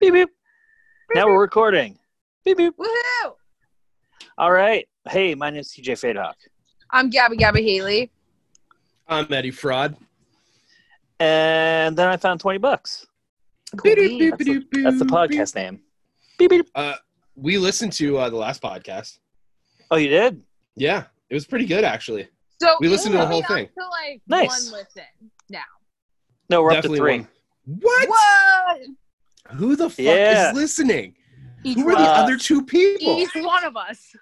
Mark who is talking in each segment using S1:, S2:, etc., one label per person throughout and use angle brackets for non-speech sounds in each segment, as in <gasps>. S1: beep, beep. Now we're recording. Beep, beep.
S2: Woohoo!
S1: All right. Hey, my name's TJ Fadehawk.
S2: I'm Gabby Gabby Haley.
S3: I'm Eddie Fraud.
S1: And then I found 20 bucks.
S2: Beep.
S1: That's the, that's the podcast name. Beep, beep.
S3: Uh, we listened to uh, the last podcast.
S1: Oh, you did?
S3: Yeah, it was pretty good actually.
S2: So
S3: We listened to the
S2: it's
S3: whole
S2: only
S3: thing.
S2: up To like
S1: Nice.
S2: one listen now.
S1: No, we're
S3: Definitely
S1: up to three.
S3: one. What?
S2: What?
S3: Who the fuck
S1: Yeah.
S3: is listening?
S2: Each
S3: Who are
S2: one,
S3: the
S1: Uh,
S3: other two people?
S2: each one of us.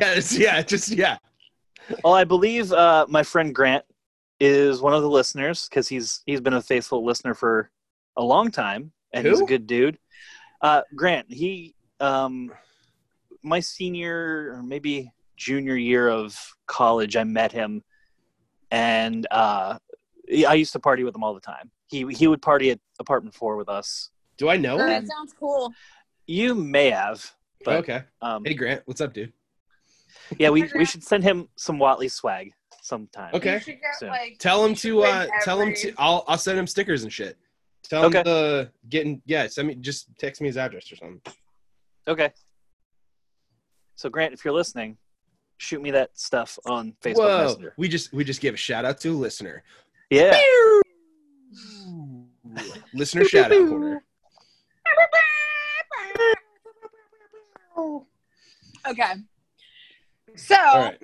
S3: yes, yeah, just yeah.
S1: Well, I believe uh, my friend Grant is one of the listeners because he's he's been a faithful listener for a long time, and he's a
S3: Who?
S1: good dude. Uh, Grant, he um, my senior or maybe junior year of college, I met him, and uh, I used to party with him all the time. He he would party at apartment four with us.
S3: Do I know?
S2: Oh,
S3: him?
S2: that sounds cool.
S1: You may have, but
S3: okay.
S1: um,
S3: Hey Grant, what's up, dude?
S1: yeah, we
S2: Hi,
S1: we
S2: Grant.
S1: should send him some Watley swag sometime.
S3: Okay.
S2: You should get,
S1: So-
S2: like, <laughs>
S3: Tell him to uh,
S2: Wait,
S3: tell him
S2: every-
S3: to. I'll I'll send him stickers and shit. Tell
S1: Okay.
S3: him the getting yeah. Send me just text me his address or something.
S1: Okay. So Grant, if you're listening, shoot me that stuff on Facebook
S3: Whoa,
S1: Messenger.
S3: we just we just gave a shout out to a listener.
S1: Yeah.
S3: listener shout
S1: <laughs>
S3: out corner.
S2: Okay. So,
S3: All right.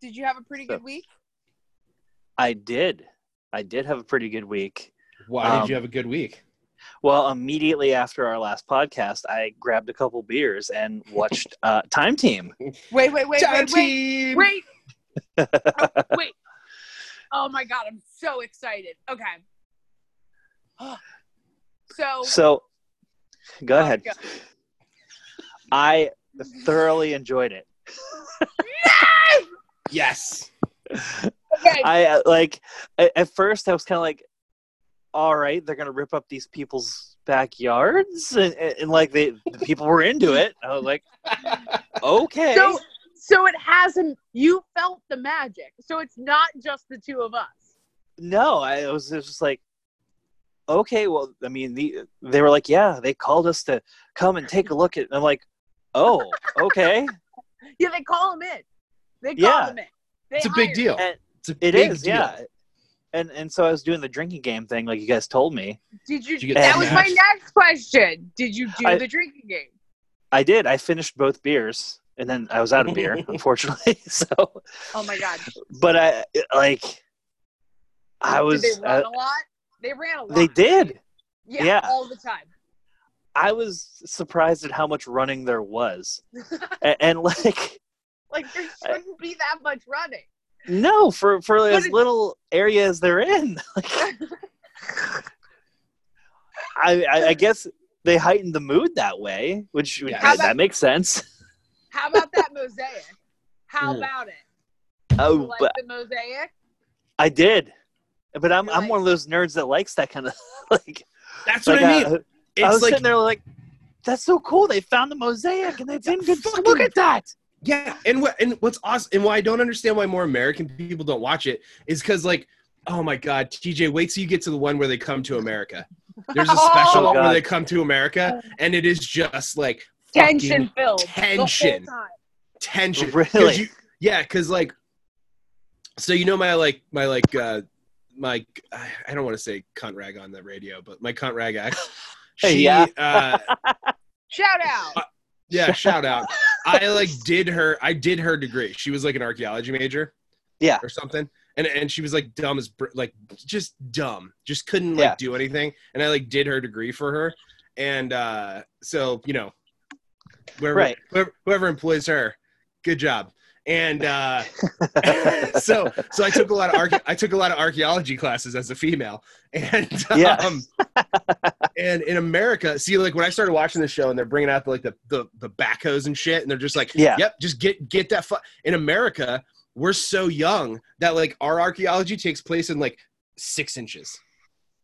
S2: did you have a pretty good
S1: So-
S2: week?
S1: I did. I did have a pretty good week.
S3: Why
S1: Um,
S3: did you have a good week?
S1: Well, immediately after our last podcast, I grabbed a couple beers and watched uh, Time Team.
S2: Wait, wait, wait, wait, wait,
S3: Team! <laughs>
S2: wait. Oh, wait. Oh my god, I'm so excited. Okay. <gasps> So
S1: So go
S2: Oh,
S1: ahead.
S2: go.
S1: I thoroughly enjoyed it.
S3: Yes.
S2: okay,
S1: I uh, like a- at first I was kind of like, all right, they're gonna rip up these people's backyards, and, and, and, like they, the people were into it. I was like, okay,
S2: So, so it hasn't. You felt the magic. So it's not just the two of us.
S1: no, I was just like, okay, well, I mean, the, they were like, yeah, they called us to come and take a look at. and I'm like, oh, okay,
S2: Yeah, they call him in. They call
S1: Yeah.
S2: him in. They
S3: It's a
S2: hire
S3: big deal.
S1: And
S3: It's a
S1: it
S3: big
S1: is,
S3: deal.
S1: yeah. And and so I was doing the drinking game thing, like you guys told me.
S2: him. Did you?
S3: Did you get
S2: that was my
S3: snatched?
S2: next question. Did you do
S1: I-
S2: the drinking game?
S1: I did. I finished both beers, and then I was out of beer, unfortunately. <laughs> So.
S2: Oh my god!
S1: but I like I was
S2: did they run
S1: uh,
S2: a lot? They ran a lot.
S1: they did.
S2: Yeah,
S1: yeah.
S2: all the time.
S1: I was surprised at how much running there was.
S2: <laughs>
S1: and, and like
S2: Like there shouldn't be that much running.
S1: no for for as
S2: it-
S1: little area as they're in. <laughs> Like I, I I guess they heightened the mood that way, which which-
S3: How
S2: about-
S1: that makes sense.
S2: How about that mosaic? How
S3: Mm.
S2: about it? You
S1: <laughs> Oh,
S2: like
S1: but
S2: the mosaic?
S1: I did. But I'm
S2: You're
S1: I'm
S2: like-
S1: one of those nerds that likes that kind of <laughs> like
S3: That's what
S1: like,
S3: I mean.
S1: uh, I was
S3: it's like
S1: sitting there like that's so cool. They found the mosaic and they've been good.
S3: Fucking-
S1: Look at that.
S3: yeah, and what and what's awesome and why I don't understand why more American people don't watch it is because like oh my god, TJ, wait till you get to the one where they come to America.
S2: <laughs>
S3: There's a
S2: Oh,
S3: special
S1: God.
S3: where they come to America, and it is just like
S2: Tension
S3: fucking
S2: filled.
S3: tension.
S2: The whole time.
S3: tension. 'Cause
S1: Really?
S3: you- yeah, because like, so you know my like my like uh my I I don't want to say cunt rag on the radio, but my cunt rag ex.
S1: <laughs> Hey,
S3: She,
S1: yeah.
S3: uh,
S2: Shout out.
S3: Yeah, shout out. I like did her. I did her degree. She was like an archaeology major.
S1: Yeah.
S3: Or something. And and she was like dumb as br- like just dumb. Just couldn't like
S1: Yeah.
S3: do anything. And I like did her degree for her. And uh so you know,
S1: <laughs>
S3: whoever
S1: Right.
S3: whoever, whoever employs her, good job. And uh <laughs> so so I took a lot of arche- I took a lot of archaeology classes as a female, and um,
S1: Yeah.
S3: and in America, see, like when I started watching the show, and they're bringing out the, like the, the the backhoes and shit, and they're just like,
S1: Yeah.
S3: yep, just get get that. Fu-. In America, we're so young that like our archaeology takes place in like six inches.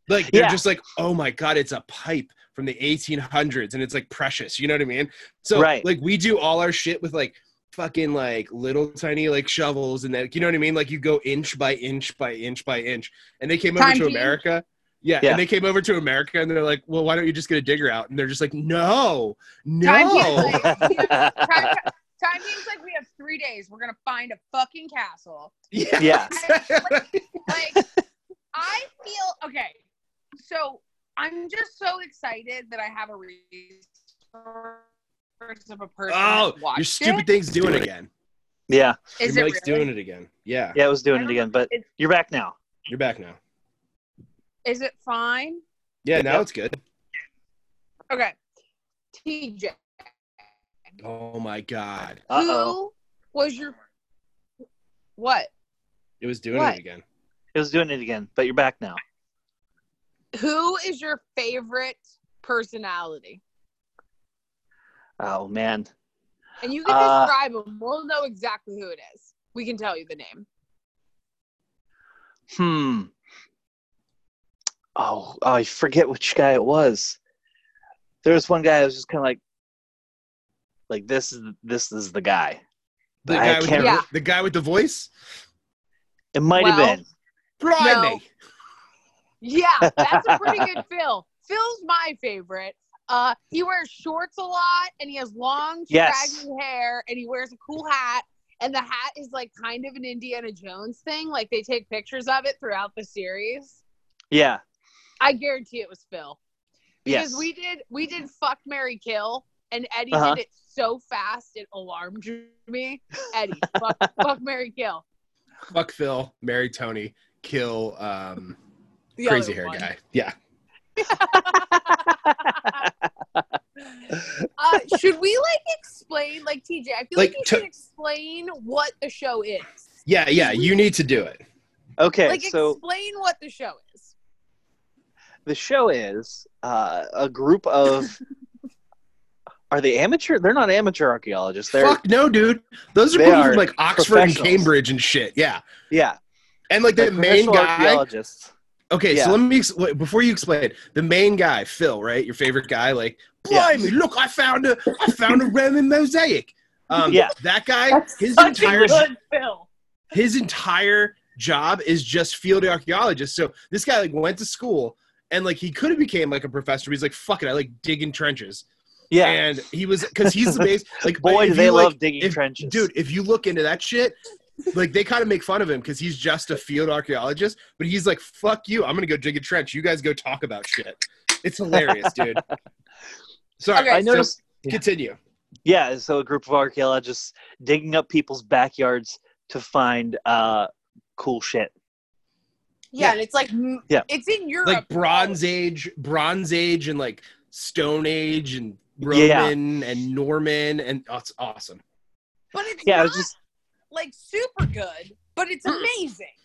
S3: Like they're
S1: Yeah.
S3: just like, oh my god, it's a pipe from the 1800s, and it's like precious. You know what I mean? So
S1: Right.
S3: like we do all our shit with like fucking like little tiny like shovels and that you know what I mean? Like you go inch by inch by inch by inch. And they came over
S2: Time
S3: to
S2: to
S3: America Yeah,
S1: Yeah.
S3: and they came over to America and they're like, "Well, why don't you just get a digger out?" And they're just like, "No,
S2: Time to-
S3: no."
S1: <laughs>
S2: Time,
S3: <laughs>
S2: time seems like we have three days. We're gonna find a fucking
S3: <laughs>
S2: castle. <laughs>
S3: yeah.
S1: <laughs> Yeah.
S2: Like I feel okay. So I'm just so excited that I have a resource of a person.
S3: oh,
S2: that watched
S3: your stupid
S2: it.
S3: thing's doing
S1: Doing
S3: it
S1: it.
S3: again.
S1: yeah,
S2: Is
S3: your
S2: it
S3: mic's
S2: really?
S3: doing it again. Yeah,
S1: yeah, I was
S2: I
S1: doing it
S2: don't
S1: again, but
S2: it's-
S1: you're back now.
S3: you're back now.
S2: Is it fine?
S3: Yeah, now
S1: Yep.
S3: it's good.
S2: Okay. TJ,
S3: Oh my god,
S1: Uh oh,
S2: who was your what?
S3: it was doing
S2: What?
S3: it again.
S1: it was doing it again, but you're back now.
S2: Who is your favorite personality?
S1: Oh man,
S2: And you can
S1: Uh,
S2: describe them. We'll know exactly who it is. We can tell you the name.
S1: hmm. Oh, I forget which guy it was. There was one guy I was just kind of like, like this is this is the guy.
S3: The
S1: I
S3: guy, with the,
S1: can't-
S2: Yeah.
S3: the guy with the voice,
S1: It might
S2: Well-
S1: have been.
S3: Blimey.
S2: Yeah, that's a
S1: <laughs>
S2: pretty good Phil. Phil's my favorite. Uh, he wears shorts a lot, and he has long,
S1: Yes.
S2: shaggy hair, and he wears a cool hat. And the hat is like kind of an Indiana Jones thing. Like they take pictures of it throughout the series.
S1: Yeah.
S2: I guarantee it was Phil because
S1: Yes.
S2: we did we did fuck Mary Kill, and Eddie
S1: Uh-huh.
S2: did it so fast it alarmed me. Eddie, fuck, fuck Mary Kill.
S3: Fuck Phil, marry Tony, kill um,
S2: the
S3: crazy
S2: other
S3: hair
S2: one.
S3: guy. Yeah.
S2: Uh, should we like explain, like TJ? I feel like,
S3: Like,
S2: you
S3: to-
S2: should explain what the show is.
S3: Yeah, yeah, you need to do it.
S1: okay,
S2: Like
S1: so
S2: explain what the show is.
S1: the show is uh, a group
S3: <laughs>
S1: of are they amateur they're not amateur archaeologists they're
S3: Fuck no, dude. Those are
S1: They
S3: people
S1: are
S3: from like Oxford and
S1: professionals.
S3: Cambridge and shit. Yeah.
S1: yeah
S3: And like
S1: they're
S3: that main
S1: professional
S3: guy.
S1: archaeologists
S3: Okay,
S1: Yeah.
S3: so let me ex- wait, before you explain. The main guy, Phil, right? Your favorite guy. Like,
S1: Yeah.
S3: blimey, look, I found a, I found a Roman mosaic. Um,
S1: Yeah.
S3: that guy. his
S2: Such a
S3: entire
S2: good Phil.
S3: his entire job is just field archaeologist. So this guy like went to school and like he could have became like a professor. But he's like, fuck it, I like digging trenches.
S1: yeah
S3: And he was because he's the base.
S1: <laughs>
S3: Like,
S1: boy
S3: if
S1: do they
S3: you, like,
S1: love digging
S3: if-
S1: trenches
S3: Dude, if you look into that shit, like they kind of make fun of him because he's just a field archaeologist, but he's like, fuck you, I'm gonna go dig a trench. You guys go talk about shit. It's hilarious,
S1: <laughs>
S3: dude. Sorry,
S2: Okay,
S1: i
S2: so-
S1: noticed
S3: so continue.
S1: yeah so a group of archaeologists digging up people's backyards to find uh cool shit
S2: Yeah,
S3: Yeah.
S2: and it's like m-
S1: Yeah.
S2: it's in Europe.
S3: Like Bronze Age, Bronze Age and like Stone Age and
S1: Yeah.
S3: Roman and Norman and oh, it's awesome.
S2: but it's
S1: yeah it
S2: not
S1: was just
S2: like super good, but it's
S3: Mm.
S2: amazing.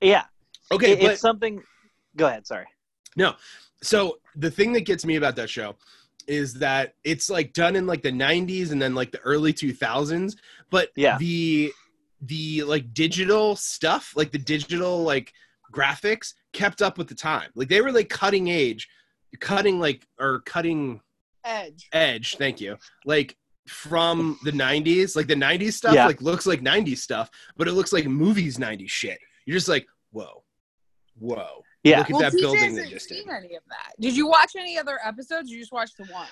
S1: yeah
S3: Okay,
S1: it-
S3: but
S1: it's something go ahead sorry
S3: so the thing that gets me about that show is that it's like done in like the 90s and then like the early 2000s but
S1: Yeah.
S3: the the like digital stuff like the digital like graphics kept up with the time like they were like cutting edge cutting like or cutting
S2: Edge.
S3: edge thank you like from the 90s like the 90s stuff
S1: Yeah.
S3: like looks like 90s stuff but it looks like movies 90s shit you're just like whoa whoa
S1: yeah
S3: Look at that building they just did.
S2: seen any of that. Did you watch any other episodes? Or you just watched the one.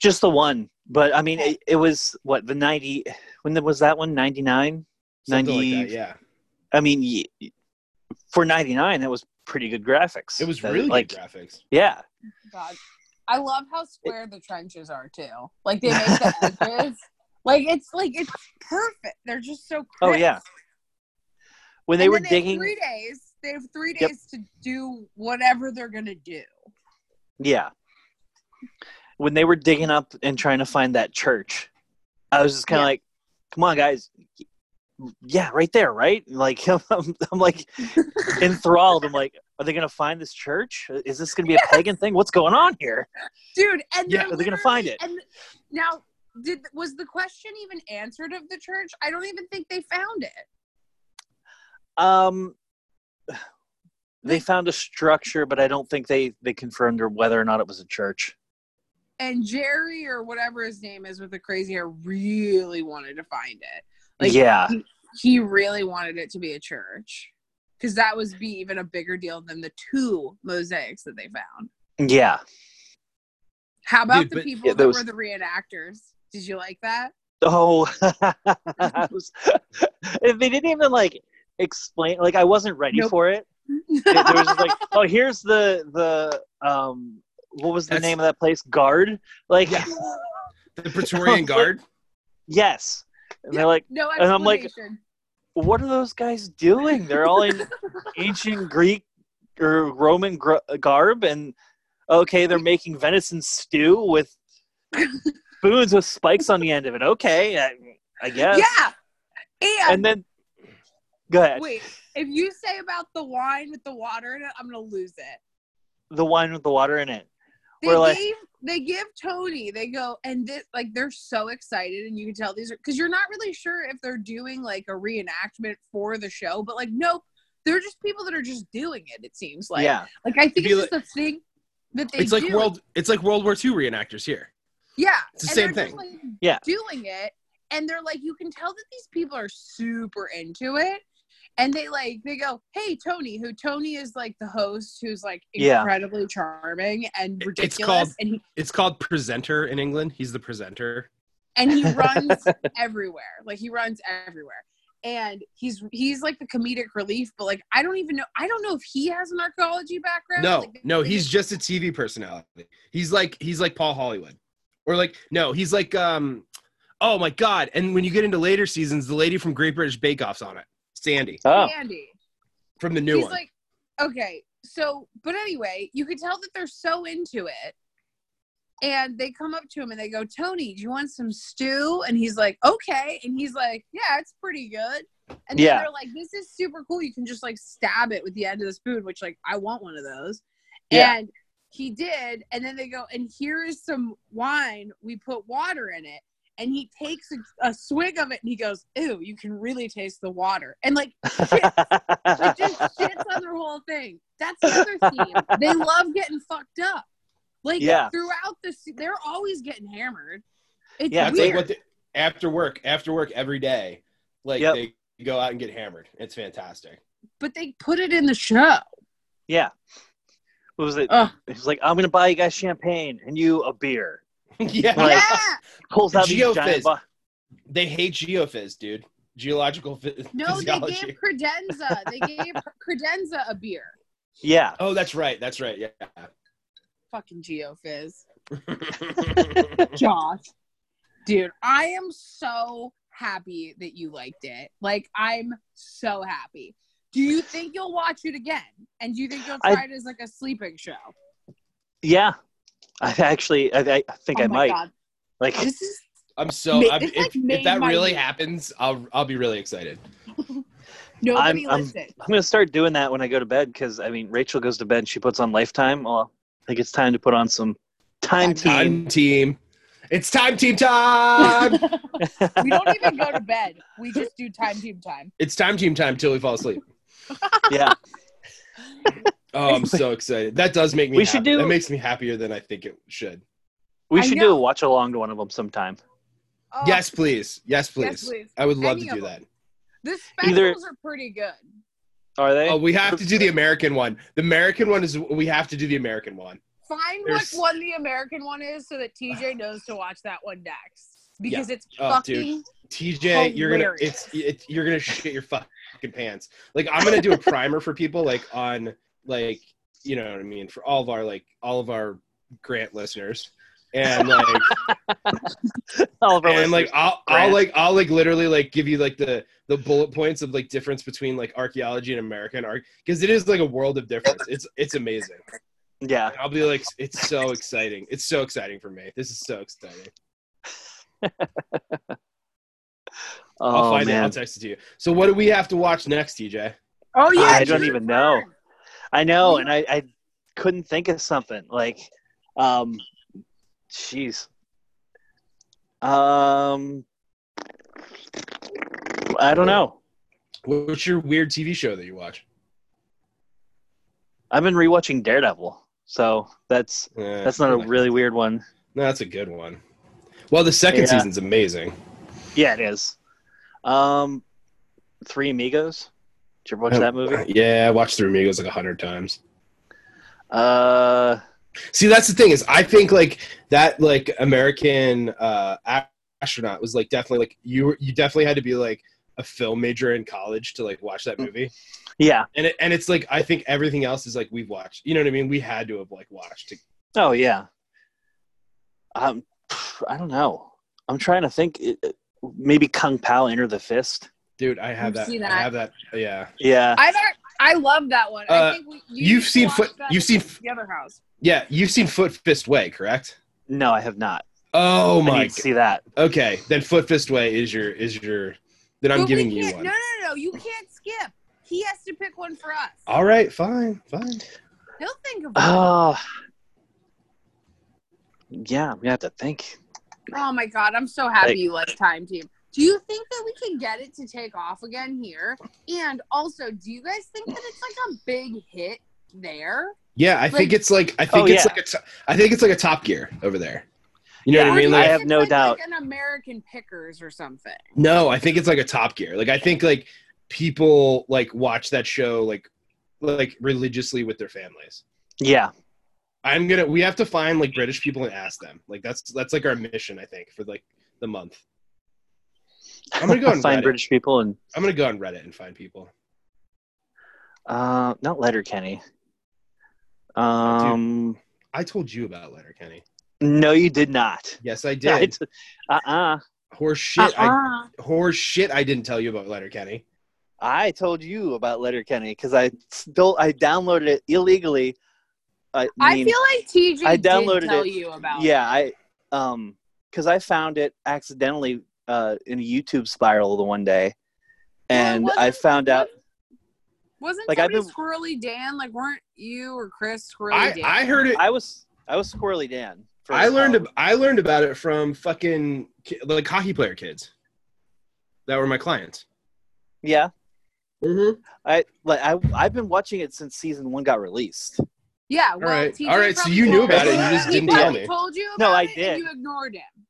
S1: just the one but i mean it, it was what the 90 when was that one 99
S3: something like
S1: 90
S3: that yeah
S1: I mean, y- y- for ninety nine, that was pretty good graphics.
S3: it was
S1: That-
S3: really
S1: like,
S3: good graphics
S1: yeah,
S2: God. I love how square the trenches are too. Like they make <laughs> the edges. Like it's like it's perfect. They're just so
S1: Oh,
S2: crisp.
S1: yeah. when they
S2: And
S1: were
S2: then have
S1: digging,
S2: three days. They have three
S1: Yep.
S2: days to do whatever they're gonna do.
S1: yeah, when they were digging up and trying to find that church, I was just kind of
S2: Yeah.
S1: like, "Come on, guys." Yeah, right there, right? Like <laughs> I'm, I'm, I'm
S2: <laughs>
S1: like enthralled. I'm like, are they gonna find this church? Is this gonna be a pagan thing? What's going on here?
S2: Dude, and
S3: Yeah,
S2: they're
S1: are they gonna find
S2: literally- And now did was the question even answered of the church? I don't even think they found it.
S1: Um, <sighs> they found a structure, but I don't think they they confirmed or whether or not it was a church.
S2: And Jerry or whatever his name is with the crazy hair really wanted to find it. Like,
S1: yeah,
S2: He really wanted it to be a church. because that was be even a bigger deal than the two mosaics that they found.
S1: Yeah.
S2: How about
S3: Dude,
S2: the
S3: but-
S2: people
S1: yeah,
S2: that
S1: those-
S2: were the reenactors? Did you like that?
S1: Oh, <laughs> I was- if they didn't even like explain, like I wasn't ready
S2: Nope.
S1: for it. It- there was just
S2: <laughs>
S1: like, oh, here's the the um, what was the
S3: That's-
S1: name of that place? Guard. Like,
S3: Yeah.
S2: <laughs>
S3: The Praetorian Guard.
S1: yes. And they're like,
S2: no explanation.
S1: And I'm like- what are those guys doing? They're all
S3: <laughs>
S1: in ancient Greek or Roman gr- garb, and okay,
S2: <laughs>
S1: they're making venison stew with spoons with spikes on the end of it. Okay, I, I guess.
S2: Yeah. And,
S1: And then, go ahead.
S2: wait, if you say about the wine with the water in it, I'm gonna lose it.
S1: The wine with the water in it.
S2: They
S1: We're like-
S2: gave they give Tony. They go and this like they're so excited, and you can tell these are because you're not really sure if they're doing like a reenactment for the show, but like nope, they're just people that are just doing it. It seems like
S1: yeah.
S2: Like I think
S3: Be
S2: it's just a thing that they
S3: It's like
S2: do.
S3: world. It's like World War II reenactors here.
S2: yeah,
S3: it's the
S2: and
S3: same
S2: they're
S3: thing.
S2: Just, like,
S1: Yeah.
S2: doing it, and they're like, you can tell that these people are super into it, and they like they go, "Hey, Tony," who Tony is like the host, who's like
S1: Yeah.
S2: incredibly charming and
S3: It's
S2: ridiculous,
S3: called-
S2: and he
S3: It's called presenter in England. He's the presenter.
S2: and
S3: <laughs>
S2: he runs everywhere. Like he runs everywhere. And he's he's like the comedic relief, but like I don't even know I don't know if he has an archaeology background.
S3: No,
S2: Like,
S3: no,
S2: they
S3: he's just a TV personality. He's like he's like Paul Hollywood, or like no, he's like um, oh my god! And when you get into later seasons, the lady from Great British Bake Off's on it, Sandy
S1: Oh,
S2: Andy.
S3: from the new
S2: he's
S3: one.
S2: like okay so but anyway you could tell that they're so into it and they come up to him and they go tony do you want some stew and he's like okay and he's like yeah it's pretty good and then
S1: Yeah.
S2: they're like this is super cool you can just like stab it with the end of the spoon which like i want one of those
S1: Yeah.
S2: and he did and then they go and here is some wine we put water in it and he takes a, a swig of it and he goes ew you can really taste the water and like
S1: <laughs>
S2: it just shits on their whole thing. That's another theme. They love getting fucked up. Like
S1: Yeah.
S2: throughout the, se- they're always getting hammered. It's
S1: Yeah,
S3: That's
S2: weird.
S3: like what the, after work, after work every day, like
S1: Yep.
S3: they go out and get hammered. It's fantastic. <laughs>
S2: but they put it in the show.
S1: yeah. What was it?
S2: Ugh.
S1: He's like, I'm gonna buy you guys champagne and you a beer.
S3: yeah,
S1: Right.
S2: Yeah.
S1: <laughs> Pulls out these giant
S3: Geofizz.
S1: bo-
S3: they hate geophys, dude. Geological phy-
S2: <laughs> No, they
S3: physiology.
S2: gave Credenza. They
S1: <laughs>
S2: gave Credenza a beer.
S1: Yeah.
S3: oh, that's right. That's right.
S1: <laughs>
S2: Fucking geofizz.
S3: Yeah.
S2: Josh. Dude, I am so happy that you liked it. Like, I'm so happy. Do you think you'll watch it again? And do you think you'll
S1: I-
S2: try it as like a sleeping show?
S1: Yeah. I actually, I, I think I
S2: Oh my
S1: might.
S2: God.
S1: Like,
S2: This is
S3: I'm so.
S2: Ma-
S3: I'm,
S2: it's
S3: if,
S2: like
S3: if
S2: made
S3: that
S2: my
S3: really
S2: week.
S3: happens, I'll I'll be really excited.
S2: Nobody
S1: I'm- I'm-
S2: listens.
S1: I'm gonna start doing that when I go to bed because I mean, Rachel goes to bed and she puts on Lifetime. Well, I think it's time to put on some Time Team.
S3: Time team. It's time team
S2: <laughs>
S3: time.
S2: we don't even go to bed. We just do time team time.
S3: it's time team time till we fall asleep.
S1: <laughs> yeah,
S3: Oh, I'm so excited. That does make me.
S1: We should
S3: happy.
S1: do-
S3: That makes me happier than I think it should.
S1: we
S2: I
S1: should do
S2: know.
S1: a watch along to one of them sometime.
S2: Oh,
S3: Yes, please. Yes, please.
S2: Yes, please.
S3: I would love
S2: Any
S3: to do
S2: of
S3: that.
S2: The specials
S1: Either-
S2: are pretty good.
S1: Are they?
S3: Oh, we have to do the American one. The American one is. We have to do the American one.
S2: Find
S3: There's-
S2: what one the American one is so that
S3: <sighs>
S2: TJ knows to watch that one next. Because it's
S3: Oh, dude.
S2: fucking
S3: TJ, you're gonna.
S2: Hilarious.
S3: It's. It, you're gonna shit your fucking pants. Like I'm gonna do a primer for people, like on, like you know what I mean, for all of our like all of our grant listeners,
S1: <laughs>
S3: and like
S1: All of our
S3: and like
S1: listeners.
S3: I'll I'll
S1: Grant.
S3: like I'll like literally like give you like the the bullet points of like difference between like archaeology and American art because it is like a world of difference. It's it's amazing.
S1: yeah,
S3: I'll be like, it's so exciting. It's so exciting for me. This is so exciting. I'll
S1: oh
S3: find it.
S1: man,
S3: I'll text it to you. So what do we have to watch next, TJ?
S2: Oh yeah.
S1: I
S2: it's
S1: don't
S2: your
S1: even know.
S2: turn.
S1: I know,
S2: We-
S1: and I, I couldn't think of something. Like, um, jeez, um, I don't know.
S3: What's your weird TV show that you watch?
S1: I've been rewatching Daredevil, so that's
S3: Eh,
S1: that's not a
S3: like-
S1: really weird one.
S3: No, that's a good one. Well, the second
S1: Yeah.
S3: season's amazing.
S1: Yeah, it is. Um, Three Amigos. Did you ever watch that movie?
S3: Yeah, I watched The Amigos like a hundred times.
S1: Uh,
S3: See, that's the thing is, I think like that like American uh, a- astronaut was like definitely like you were- you definitely had to be like a film major in college to like watch that movie,
S1: yeah.
S3: and it, and it's like I think everything else is like we've watched. You know what I mean? We had to have like watched. to-
S1: Oh yeah. Um, I don't know. I'm trying to think. It- it- Maybe Kung Pao Enter the Fist.
S3: Dude, I have
S2: I've
S3: that.
S2: seen
S3: I
S2: that.
S3: have that. Yeah,
S1: Yeah.
S2: I don't. I love that one.
S3: Uh,
S2: I think we,
S3: you've
S2: used to
S3: seen
S2: watch
S3: foot-
S2: that
S3: you've
S2: at
S3: seen f-
S2: the other house.
S3: yeah. You've seen Foot Fist Way, correct?
S1: No, I have not.
S3: Oh
S1: I
S3: my.
S1: need to see that.
S3: g- Okay, then Foot Fist Way is your is your. Then I'm
S2: But we
S3: giving you
S2: can't-
S3: one.
S2: No, no, no. You can't skip. He has to pick one for us.
S3: All right, fine, fine.
S2: He'll think of one.
S3: uh,
S1: Oh. Yeah, I'm gonna have to think.
S2: Oh my god, I'm so happy
S1: Like-
S2: you like Time Team. Do you think that we can get it to take off again here? And also, do you guys think that it's like a big hit there?
S3: Yeah, I think
S2: Like-
S3: it's like I think
S1: Oh,
S3: it's
S1: yeah.
S3: like a to- I think it's like a Top Gear over there. You know
S1: Yeah,
S3: what
S2: Or
S3: I
S2: do
S3: mean?
S2: you
S1: I
S3: Like,
S2: think
S1: have
S2: it's
S1: no
S2: like-
S1: doubt.
S2: Like an American Pickers or something.
S3: no, I think it's like a Top Gear. Like I think like people like watch that show like like religiously with their families.
S1: Yeah.
S3: I'm gonna we have to find like British people and ask them. Like that's that's like our mission I think for like the month. I'm
S1: <laughs>
S3: gonna go on
S1: find
S3: Reddit.
S1: British people and
S3: I'm gonna go on Reddit and find people.
S1: uh, not Letterkenny. Um,
S3: I told you about Letterkenny.
S1: no, you did not.
S3: Yes,
S1: <laughs>
S3: I
S1: I
S3: did.
S1: t- uh-uh.
S3: Horse shit. I,
S2: Uh-uh.
S3: horse shit. I didn't tell you about Letterkenny.
S1: I told you about Letterkenny because I still I downloaded it illegally. I,
S2: I
S1: mean,
S2: feel like TJ
S1: I
S2: I
S1: downloaded
S2: did tell
S1: it.
S2: you about. it.
S1: yeah, I um because I found it accidentally uh, in a YouTube spiral the one day, and
S2: Well, it
S1: I
S2: wasn't-
S1: found out.
S2: Wasn't
S1: Like,
S2: like
S1: I've
S2: somebody Squirrely Dan? Like weren't you or Chris Squirrely
S3: I,
S2: Dan?
S3: I heard it.
S1: I was I was Squirrely Dan. For um,
S3: I learned
S1: about
S3: ab- I learned about it from fucking ki- like hockey player kids that were my clients.
S1: yeah.
S3: Mm-hmm.
S1: I like I I've been watching it since season one got released.
S2: Yeah. Well,
S3: right,
S2: TJ
S3: all right, so
S2: probably
S3: you knew
S2: told
S1: about it, you
S2: him.
S1: just
S2: He
S1: didn't tell
S2: probably
S3: me.
S2: Told you
S1: No,
S2: about
S1: I
S2: it and
S1: did.
S2: you ignored him.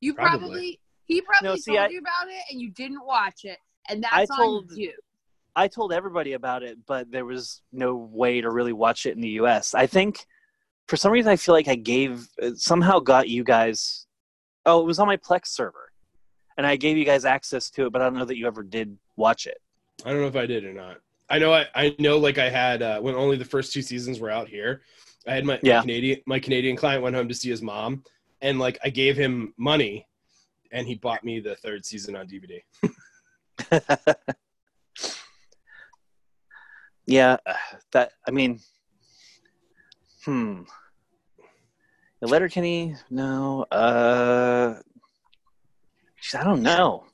S2: You
S3: Probably.
S2: probably, he probably
S1: No, see,
S2: told
S1: I-
S2: you about it and you didn't watch it, and that's
S1: I told-
S2: on you.
S1: I told everybody about it, but there was no way to really watch it in the U.S. I think for some reason I feel like I gave it somehow got you guys. Oh, it was on my Plex server, and I gave you guys access to it, but I don't know that you ever did watch it.
S3: I don't know if I did or not. I know I, I know like I had uh, when only the first two seasons were out here. I had my, my
S1: Yeah.
S3: Canadian my Canadian client went home to see his mom, and like I gave him money, and he bought me the third season on DVD.
S1: Yeah, uh, that I mean, hmm. The Letterkenny, no. Uh, geez, I don't know.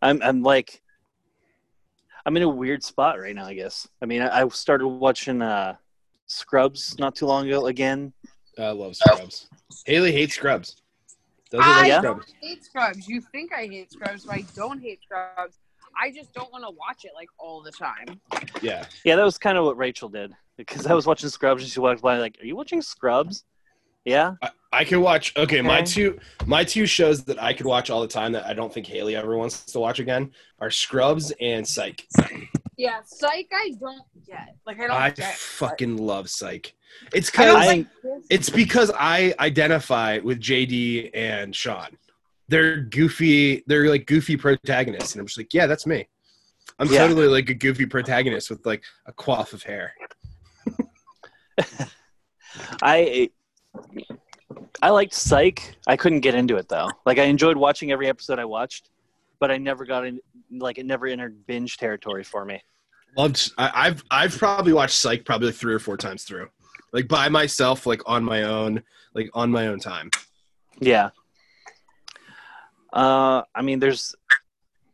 S1: I'm I'm like, I'm in a weird spot right now. I guess. I mean, I, I started watching uh, Scrubs not too long ago again.
S3: Uh, I love Scrubs. Haley hates Scrubs. Doesn't
S2: I
S3: like
S2: don't
S3: Scrubs.
S2: hate Scrubs. You think I hate Scrubs, but I don't hate Scrubs. I just don't want to watch it like all the time.
S3: Yeah.
S1: Yeah, that was kind of what Rachel did because I was watching Scrubs and she walked by like, "Are you watching Scrubs?" Yeah.
S3: I could watch. Okay, my
S1: Okay.
S3: two my two shows that I could watch all the time that I don't think Haley ever wants to watch again are Scrubs and Psych.
S2: Yeah, Psych, I don't get. Like I don't
S3: I
S2: get.
S3: fucking love Psych. It's
S2: I
S3: kind
S2: don't
S3: of
S1: I-
S2: like this.
S3: it's because I identify with JD and Sean. They're goofy. They're like goofy protagonists, and I'm just like, yeah, that's me. I'm
S1: Yeah.
S3: totally like a goofy protagonist with like a quaff of hair.
S1: I I liked Psych. I couldn't get into it though. Like I enjoyed watching every episode I watched, but I never got in. Like it never entered binge territory for me.
S3: Loved. I, I've I've probably watched Psych probably like three or four times through, like by myself, like on my own, like on my own time.
S1: Yeah. Uh, I mean, there's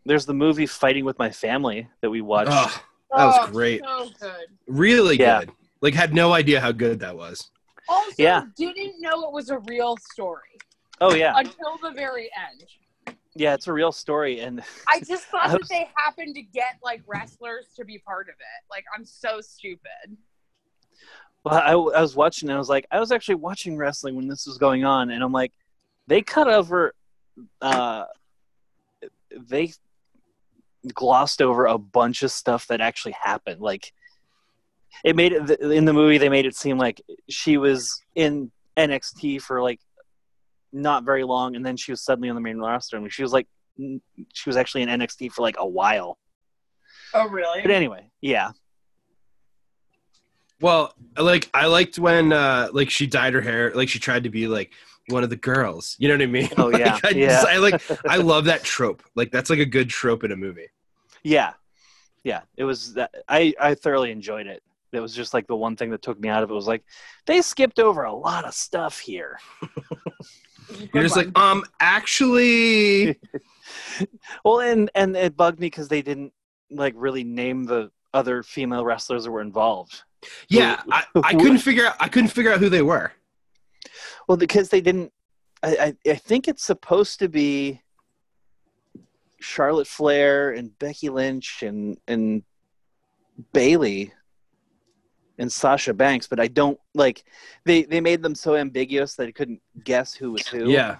S1: there's the movie Fighting with My Family that we watched.
S3: Ugh. That was
S2: Oh,
S3: great.
S2: So good.
S3: really
S1: Yeah.
S3: good. Like had no idea how good that was.
S2: Also,
S1: Yeah.
S2: didn't know it was a real story
S1: Oh yeah,
S2: until the very end.
S1: yeah, it's a real story, and
S2: I just thought
S1: I
S2: that
S1: was-
S2: they happened to get like wrestlers to be part of it. Like I'm so stupid.
S1: well, I, I was watching, and I was like, I was actually watching wrestling when this was going on, and I'm like, they cut over, uh, they glossed over a bunch of stuff that actually happened. Like it made it in the movie they made it seem like she was in NXT for like not very long and then she was suddenly on the main roster and she was like n- she was actually in NXT for like a while.
S2: Oh, really?
S1: But anyway, yeah.
S3: Well, like I liked when uh like she dyed her hair, like she tried to be like one of the girls. You know what I mean? <laughs>
S1: Oh, yeah.
S3: Like, I,
S1: Yeah.
S3: just- I like I love that trope. Like that's like a good trope in a movie.
S1: Yeah. Yeah, it was that I I thoroughly enjoyed it. That was just like the one thing that took me out of it was like they skipped over a lot of stuff here.
S3: You're just like, um, actually,
S1: Well, and and it bugged me because they didn't like really name the other female wrestlers that were involved.
S3: yeah, I, I couldn't figure out. I couldn't figure out who they were.
S1: Well, because they didn't. I I, I think it's supposed to be Charlotte Flair and Becky Lynch and and Bailey and Sasha Banks, but I don't like they they made them so ambiguous that I couldn't guess who was who.
S3: Yeah.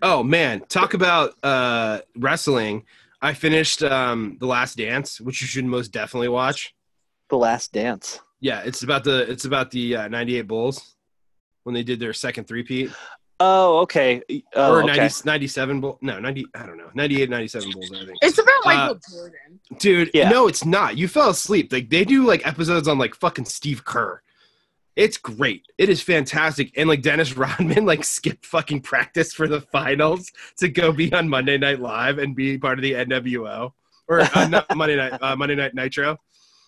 S3: Oh man, talk about uh wrestling. I finished um The Last Dance, which you should most definitely watch.
S1: The Last Dance.
S3: Yeah, it's about the it's about the uh, 98 Bulls when they did their second three-peat
S1: Oh, okay. Oh,
S3: or
S1: okay.
S3: 90, 97 Bull. No, 90 I don't know. 98 97 Bulls, I think.
S2: it's about Michael
S3: Uh,
S2: Jordan.
S3: Dude,
S1: Yeah.
S3: no, it's not. You fell asleep. Like they do like episodes on like fucking Steve Kerr. It's great. It is fantastic. And like Dennis <laughs> Rodman like skipped fucking practice for the finals to go be on Monday Night Live and be part of the NWO or uh, not Monday Night uh, Monday Night Nitro.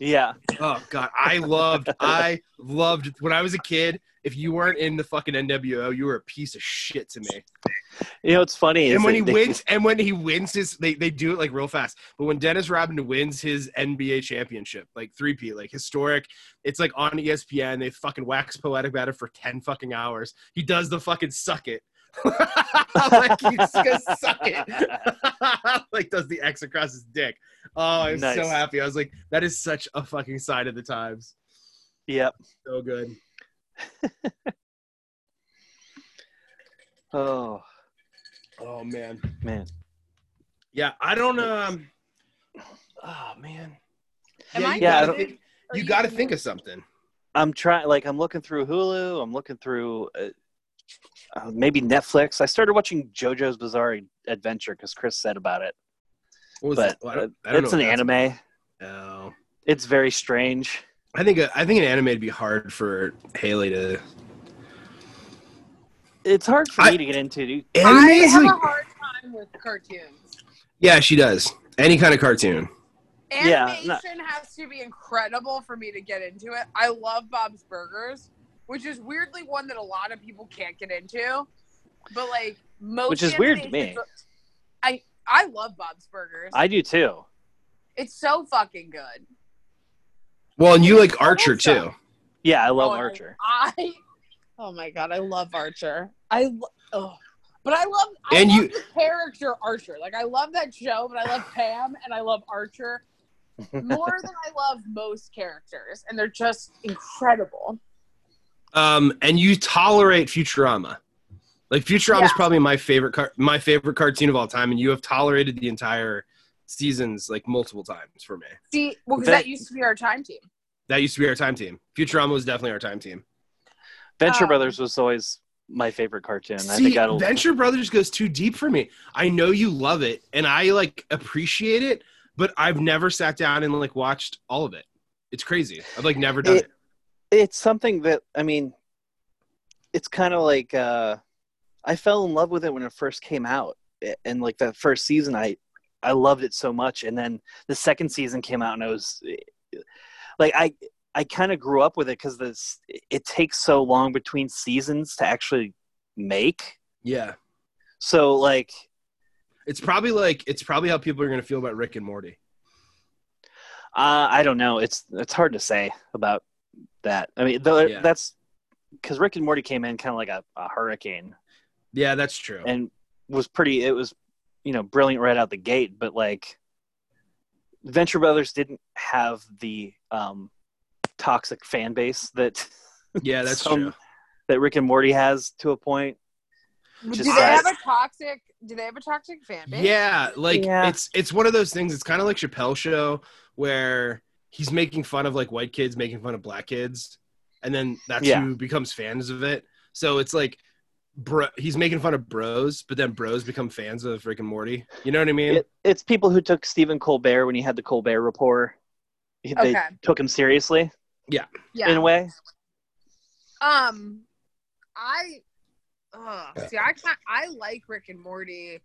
S1: Yeah.
S3: Oh god, I loved I loved when I was a kid. If you weren't in the fucking NWO, you were a piece of shit to me.
S1: You know, it's funny. is
S3: And when
S1: they-
S3: he
S1: they-
S3: wins, and when he wins his, they, they do it like real fast. But when Dennis Rodman wins his NBA championship, like three P, like historic, it's like on E ESPN. They fucking wax poetic about it for ten fucking hours. He does the fucking suck it. <laughs> like he's gonna suck it. <laughs> like does the X across his dick. Oh, I was so
S1: Nice.
S3: happy. I was like, that is such a fucking sign of the times.
S1: Yep.
S3: So good.
S1: Oh
S3: Oh man.
S1: man.
S3: Yeah, I don't um Oh man.
S2: Am
S1: yeah,
S2: I
S1: I
S3: gotta
S1: don't-
S3: think- you got to think of something.
S1: I'm trying. Like I'm looking through Hulu. I'm looking through uh, uh, maybe Netflix. I started watching JoJo's Bizarre Adventure because Chris said about it.
S3: What was
S1: But
S3: that? Well,
S1: uh,
S3: I don't- I don't
S1: it's
S3: know
S1: an
S3: if that's-
S1: anime.
S3: Oh.
S1: It's very strange.
S3: I think a, I think an anime would be hard for Haley to.
S1: It's hard for
S3: I-
S1: me to get into. dude.
S2: I
S3: Anime is
S2: have
S3: like-
S2: a hard time with cartoons.
S3: yeah, she does any kind of cartoon.
S1: Yeah,
S2: Animation has to be incredible for me to get into it. I love Bob's Burgers, which is weirdly one that a lot of people can't get into. But like most,
S1: Which is weird to
S2: animations-
S1: me.
S2: I I love Bob's Burgers.
S1: I do too.
S2: it's so fucking good.
S3: Well, and you like Archer too.
S1: Yeah, I love
S2: Oh, and
S1: Archer.
S2: I oh my god, I love Archer. I lo- oh, but I love I
S3: And
S2: love
S3: you-
S2: the character Archer. Like I love that show, but I love Pam and I love Archer
S3: <laughs>
S2: more than I love most characters, and they're just incredible.
S3: Um, and you tolerate Futurama. Like Futurama is
S2: Yeah.
S3: probably my favorite car- my favorite cartoon of all time, and you have tolerated the entire seasons like multiple times for me.
S2: See, well, 'cause
S1: That-
S2: that, used to be our time team.
S3: That used to be our time team. Futurama was definitely our time team.
S1: Venture
S2: um,
S1: Brothers was always my favorite cartoon. I
S3: See,
S1: think that'll.
S3: Venture Brothers goes too deep for me. I know you love it, and I like appreciate it, but I've never sat down and like watched all of it. It's crazy. I've like never done it.
S1: It- it's something that I mean, it's kind of like uh, I fell in love with it when it first came out, A- and like that first season, I I loved it so much, and then the second season came out, and I was eh, like, I I kind of grew up with it because this it takes so long between seasons to actually make,
S3: Yeah,
S1: so like
S3: it's probably like it's probably how people are gonna feel about Rick and Morty.
S1: uh, I don't know, it's it's hard to say about that. I mean, though
S3: Yeah.
S1: that's because Rick and Morty came in kind of like a, a hurricane.
S3: Yeah, that's true.
S1: and was pretty it was you know brilliant right out the gate but like venture brothers didn't have the um toxic fan base that <laughs>
S3: yeah, that's
S1: some-
S3: true.
S1: that rick and morty has to a point
S2: do
S1: Just
S2: they
S1: that.
S2: have a toxic? Do they have a toxic fan base?
S3: Yeah, like
S1: Yeah.
S3: it's it's one of those things. It's kind of like Chappelle show where he's making fun of like white kids making fun of black kids, and then that's
S1: Yeah.
S3: who becomes fans of it. So it's like, bro, he's making fun of bros, but then bros become fans of Rick and Morty. You know what I mean?
S1: It, it's people who took Stephen Colbert when he had the Colbert Report. They
S2: Okay.
S1: took him seriously
S2: Yeah.
S1: in a way.
S2: Um, I ugh, see. I can't. I like Rick and Morty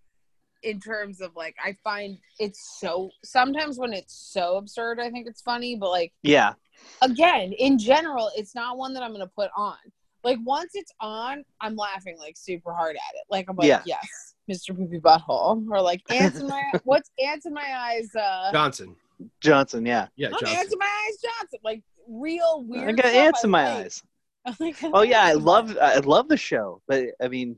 S2: in terms of like I find it's so sometimes when it's so absurd, I think it's funny. But like
S1: Yeah.
S2: again, in general, it's not one that I'm gonna put on. Like once it's on, I'm laughing like super hard at it. Like I'm like,
S1: Yeah.
S2: yes, Mr. Poopy Butthole, or
S1: <laughs>
S2: like ants in my what's ants in my eyes? Uh,
S3: Johnson,
S1: Johnson, yeah.
S3: yeah,
S2: oh, ants <laughs>
S3: Johnson. <laughs>
S2: in my eyes, Johnson. Like real weird.
S1: I got
S2: stuff
S1: ants in my
S2: like.
S1: eyes.
S2: I'm <laughs> like,
S1: Oh yeah, I
S2: <laughs> ants in my
S1: love I love the show, but I mean,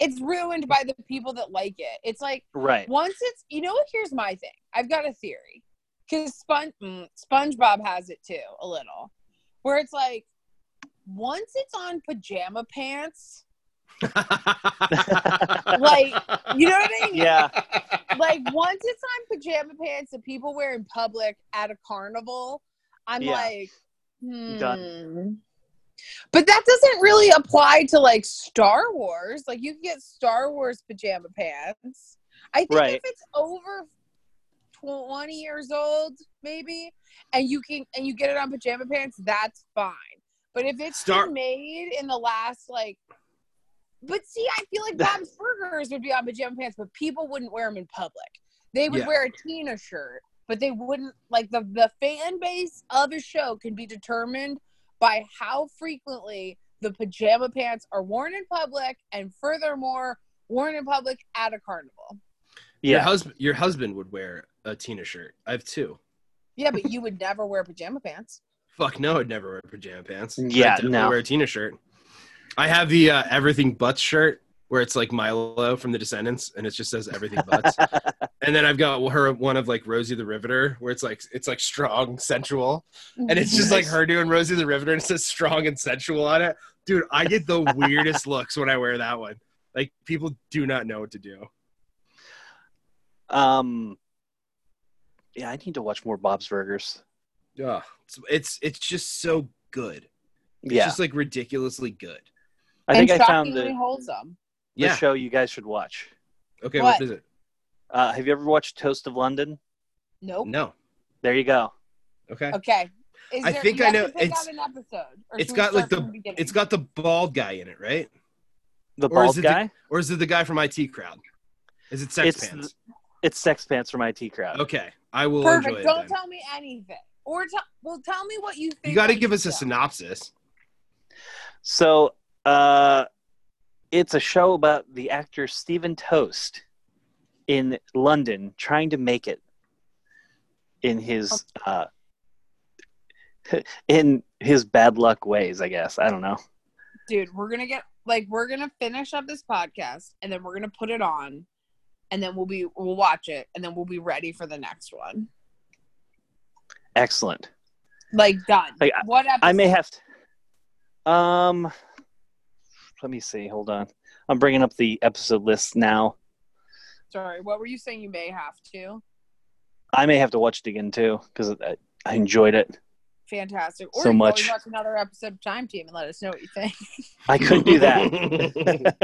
S2: it's ruined by the people that like it. It's like
S1: right.
S2: once it's you know what? Here's my thing. I've got a theory because Spon- mm, SpongeBob has it too a little, where it's like once it's on pajama pants, like you know
S1: <laughs>
S2: what I mean?
S1: Yeah.
S2: Like once it's on pajama pants that people wear in public at a carnival, I'm
S1: Yeah.
S2: like, hmm.
S1: Done.
S2: But that doesn't really apply to like Star Wars. Like you can get Star Wars pajama pants. I think
S1: Right.
S2: if it's over twenty years old, maybe, and you can and you get it on pajama pants, that's fine. But if it's
S3: Star-
S2: been made in the last like, but see, I feel
S3: <laughs>
S2: like Bob's Burgers would be on pajama pants, but people wouldn't wear them in public. They would
S3: Yeah.
S2: wear a Tina shirt, but they wouldn't like the the fan base of a show can be determined by how frequently the pajama pants are worn in public, and furthermore, worn in public at a carnival.
S3: Your
S1: Yeah.
S3: husband, your husband would wear a Tina shirt. I have two.
S2: Yeah, but you would never wear pajama pants.
S3: Fuck no, I'd never wear pajama pants. I'd
S1: Yeah,
S3: definitely
S1: no.
S3: wear a Tina shirt. I have the uh, everything butts shirt where it's like Milo from The Descendants, and it just says everything
S1: <laughs>
S3: butts. and then I've got her one of like Rosie the Riveter, where it's like it's like strong, sensual, and it's just like her doing Rosie the Riveter, and it says strong and sensual on it. Dude, I get the weirdest looks when I wear that one. Like people do not know what to do.
S1: Um Yeah, I need to watch more Bob's Burgers.
S3: Yeah, it's it's, it's just so good. It's
S1: Yeah.
S3: just like ridiculously good.
S1: I think
S2: and
S1: I found
S2: shockingly
S1: the,
S2: wholesome.
S1: the
S3: Yeah.
S1: show you guys should watch.
S3: Okay,
S2: What?
S3: what is it?
S1: Uh, have you ever watched Toast of London? Oh.
S2: Nope.
S3: No.
S1: There you go.
S3: Okay.
S2: Okay. Is
S3: I
S2: there,
S3: think
S2: you
S3: I
S2: have
S3: know-
S2: To pick
S3: it's-
S2: out an episode. Or
S3: it's
S2: should we
S3: got, like,
S2: start from beginning?
S3: It's got the bald guy in it, right?
S1: The
S3: Or is
S1: bald
S3: it the-
S1: guy?
S3: Or is it the guy from IT Crowd? Is it Sex
S1: It's
S3: Pants?
S1: It's Sex Pants from IT Crowd.
S3: Okay, I will enjoy
S2: perfect.
S3: it.
S2: Don't
S3: then.
S2: tell me anything. Or tell well, tell me what you think.
S3: You got to
S2: of
S3: give
S2: the
S3: us a
S2: show.
S1: <laughs>
S3: synopsis.
S1: So, uh, it's a show about the actor Stephen Toast in London trying to make it in his
S3: Oh.
S1: uh, <laughs> in his bad luck ways. I guess I don't know.
S2: dude. We're gonna get like we're gonna finish up this podcast and then we're gonna put it on, and then we'll be we'll watch it and then we'll be ready for the next one.
S1: Excellent.
S2: Like done.
S1: Like,
S2: what episode?
S1: I may have to. Um, let me see. Hold on. I'm bringing up the episode list now.
S2: Sorry, what were you saying? You may have to.
S1: I may have to watch it again too because I, I enjoyed it.
S2: Fantastic. Or
S1: So
S2: you can
S1: much.
S2: always watch another episode of Time Team and let us know what you think.
S1: I could do
S3: <laughs>
S1: that.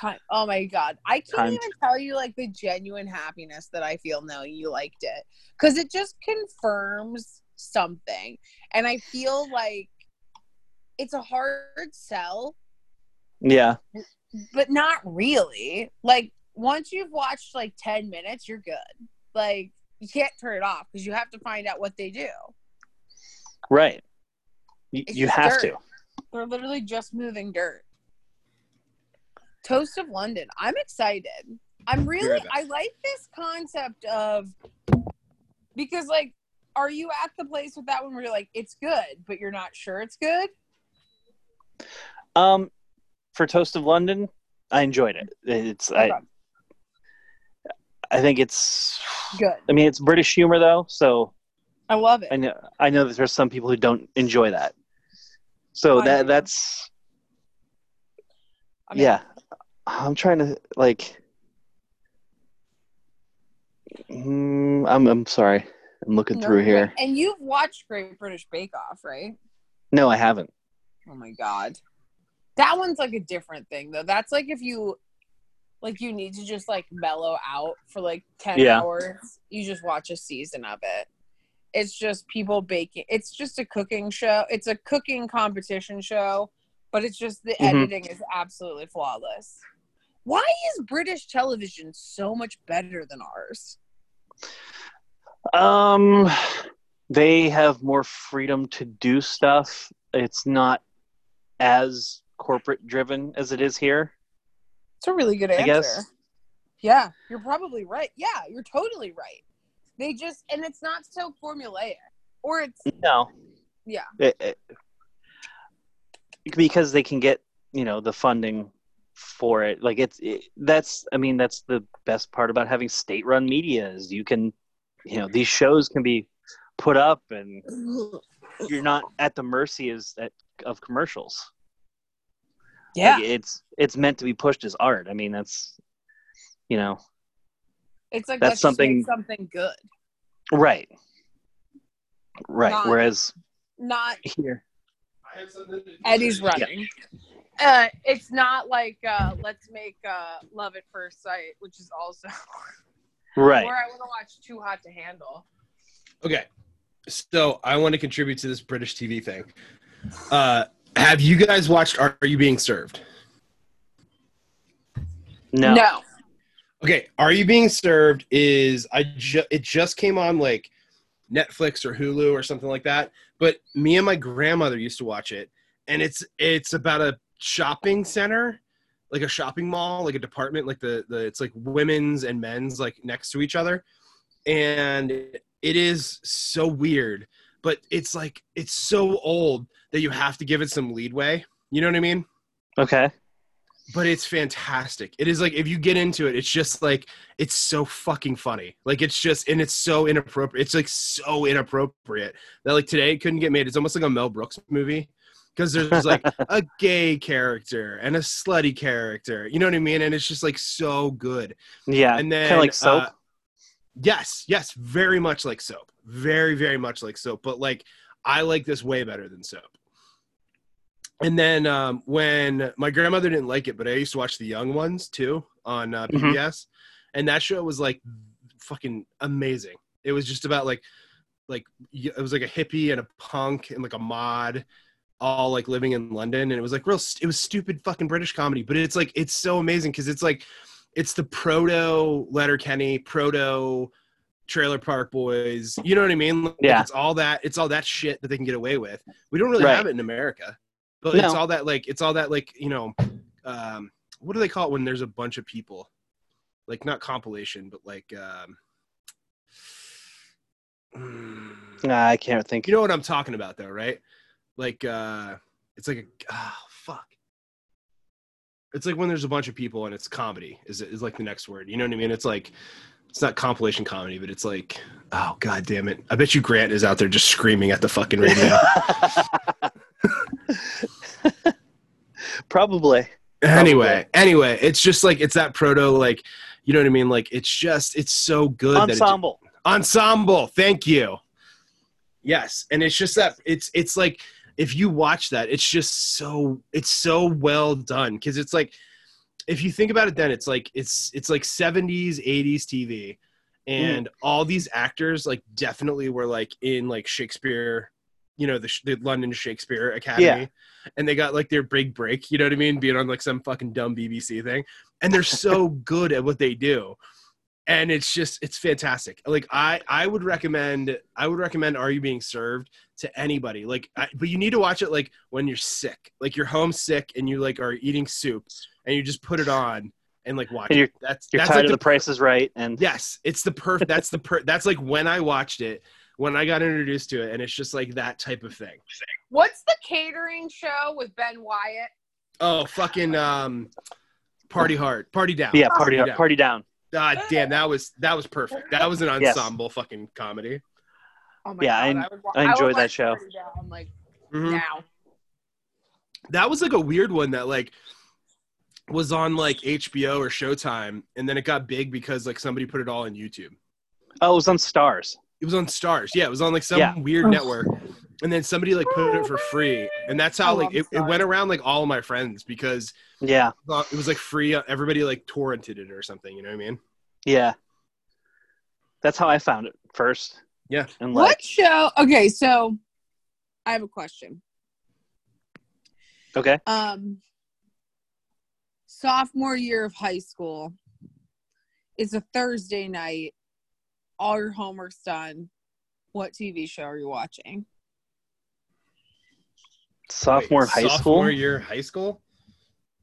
S2: Time. Oh my god, I can't
S1: Time
S2: even tell you like the genuine happiness that I feel knowing you liked it because it just confirms something, and I feel like it's a hard sell,
S1: yeah.
S2: but not really. Like once you've watched like ten minutes, you're good. Like you can't turn it off because you have to find out what they do.
S1: Right. You,
S2: It's
S1: you
S2: just
S1: have
S2: dirt.
S1: to.
S2: They're literally just moving dirt. Toast of London. I'm excited. I'm really
S3: right back.
S2: I like this concept of because like are you at the place with that one where you're like it's good but you're not sure it's good?
S1: Um, for Toast of London, I enjoyed it. It's I,
S2: Okay.
S1: I think it's.
S2: Good.
S1: I mean, it's British humor though, so
S2: I love it.
S1: I know I know that there's some people who don't enjoy that. So
S2: I
S1: that
S2: do.
S1: that's
S2: Okay.
S1: Yeah. I'm trying to like. Mm, I'm I'm sorry. I'm looking
S2: No,
S1: through
S2: right.
S1: here.
S2: And you've watched Great British Bake Off, right?
S1: No, I haven't.
S2: Oh my god. That one's like a different thing though. That's like if you like you need to just like mellow out for like 10
S1: Yeah.
S2: hours, you just watch a season of it. It's just people baking. It's just a cooking show. It's a cooking competition show, but it's just the
S1: Mhm.
S2: editing is absolutely flawless. Why is British television so much better than ours?
S1: Um, they have more freedom to do stuff. It's not as corporate driven as it is here.
S2: It's a really good
S1: I
S2: answer.
S1: guess.
S2: Yeah, you're probably right. Yeah, you're totally right. They just and it's not so formulaic, or it's
S1: No.
S2: Yeah.
S1: It- it- because they can get you know the funding for it. Like it's it, that's I mean that's the best part about having state-run media is you can you know these shows can be put up and you're not at the mercy is at, of commercials.
S2: yeah,
S1: Like, it's it's meant to be pushed as art. I mean, that's you know,
S2: it's like
S1: that's
S2: let's just
S1: something-
S2: make something good,
S1: right. Right.
S2: Not-
S1: Whereas
S2: not
S1: here.
S3: I have something to-
S2: <laughs> Eddie's running. Uh, it's not like uh, let's make uh, Love at First Sight, which is also <laughs>
S1: Right.
S2: or I want to watch Too Hot to Handle.
S3: Okay. So I want to contribute to this British TV thing. Uh, have you guys watched Are You Being Served?
S1: No.
S3: Okay, Are You Being Served is I ju- it just came on like Netflix or Hulu or something like that. But me and my grandmother used to watch it, and it's it's about a shopping center, like a shopping mall, like a department, like the the it's like women's and men's like next to each other, and it is so weird. But it's like it's so old that you have to give it some leadway. You know what I mean?
S1: Okay.
S3: but it's fantastic. It is like if you get into it, it's just like it's so fucking funny. Like it's just and it's so inappropriate. It's like so inappropriate that like today it couldn't get made. It's almost like a Mel Brooks movie because there's like a gay character and a slutty character. You know what I mean? And it's just like so good.
S1: Yeah.
S3: And then
S1: kind of like soap.
S3: uh, yes, yes, very much like soap. Very very much like soap, but like I like this way better than soap. And then um, when my grandmother didn't like it, but I used to watch The Young Ones too on uh,
S1: Mhm.
S3: PBS, and that show was like fucking amazing. It was just about like like y- it was like a hippie and a punk and like a mod all like living in London and it was like real st- it was stupid fucking British comedy but it's like it's so amazing cuz it's like it's the proto Letterkenny proto Trailer Park Boys you know what I mean Like,
S1: Yeah.
S3: it's all that it's all that shit that they can get away with we don't really
S1: Right.
S3: have it in America but
S1: No.
S3: it's all that like it's all that like you know um what do they call it when there's a bunch of people like not compilation but like um mm,
S1: Nah, I can't think.
S3: you know what I'm talking about, though, right? Like, uh, it's like, a, oh, fuck. It's like when there's a bunch of people and it's comedy is is like the next word. You know what I mean? It's like, it's not compilation comedy, but it's like, oh god damn it! I bet you Grant is out there just screaming at the fucking radio.
S1: Probably.
S3: anyway, anyway, it's just like it's that proto like, you know what I mean? Like it's just it's so good. that it ju-
S1: Ensemble.
S3: ensemble thank you yes and it's just that it's it's like if you watch that it's just so it's so well done because it's like if you think about it then it's like it's it's like 70s 80s tv and all these actors like definitely were like in like shakespeare you know the, Sh- the london shakespeare academy
S1: Yeah.
S3: and they got like their big break you know what i mean being on like some fucking dumb bbc thing and they're so good at what they do and it's just it's fantastic like i i would recommend i would recommend are you being served to anybody like I, but you need to watch it like when you're sick like you're homesick and you like are eating soup and you just put it on and like watch
S1: And you're-
S3: it. that's
S1: You're
S3: that's
S1: tired
S3: like
S1: of
S3: the
S1: the Price is Right, and
S3: Yes, it's the perfect. That's the per. That's like when I watched it, when I got introduced to it, and it's just like that type of thing.
S2: What's the catering show with Ben Wyatt?
S3: Oh, fucking um, party hard, party down.
S1: yeah, party
S3: down.
S1: party down.
S3: God damn, that was that was perfect. That was an
S1: Yes.
S3: ensemble fucking comedy.
S2: Oh
S1: Yeah, I en-
S2: would wa-
S1: I
S2: would
S1: enjoyed that
S2: watch
S1: show.
S2: Party Down, like
S3: Mhm.
S2: now.
S3: That was like a weird one that like was on like HBO or Showtime, and then it got big because like somebody put it all on YouTube.
S1: Oh, it was on Stars.
S3: It was on Stars. Yeah, it was on like some
S1: Yeah.
S3: weird network. And then somebody like put it for free, and that's
S2: I
S3: how
S2: love
S3: like it, it
S2: Stars.
S3: went around like all my friends because
S1: Yeah,
S3: uh, it was like free. uh, Everybody like torrented it or something. You know what I mean?
S1: yeah. That's how I found it first.
S3: Yeah.
S1: And like,
S2: What show? Okay, so I have a question.
S1: okay,
S2: Um, sophomore year of high school. It's a Thursday night. All your homework's done. What TV show are you watching?
S1: sophomore
S3: Wait,
S1: of high
S3: Sophomore
S1: school.
S3: year, of high school.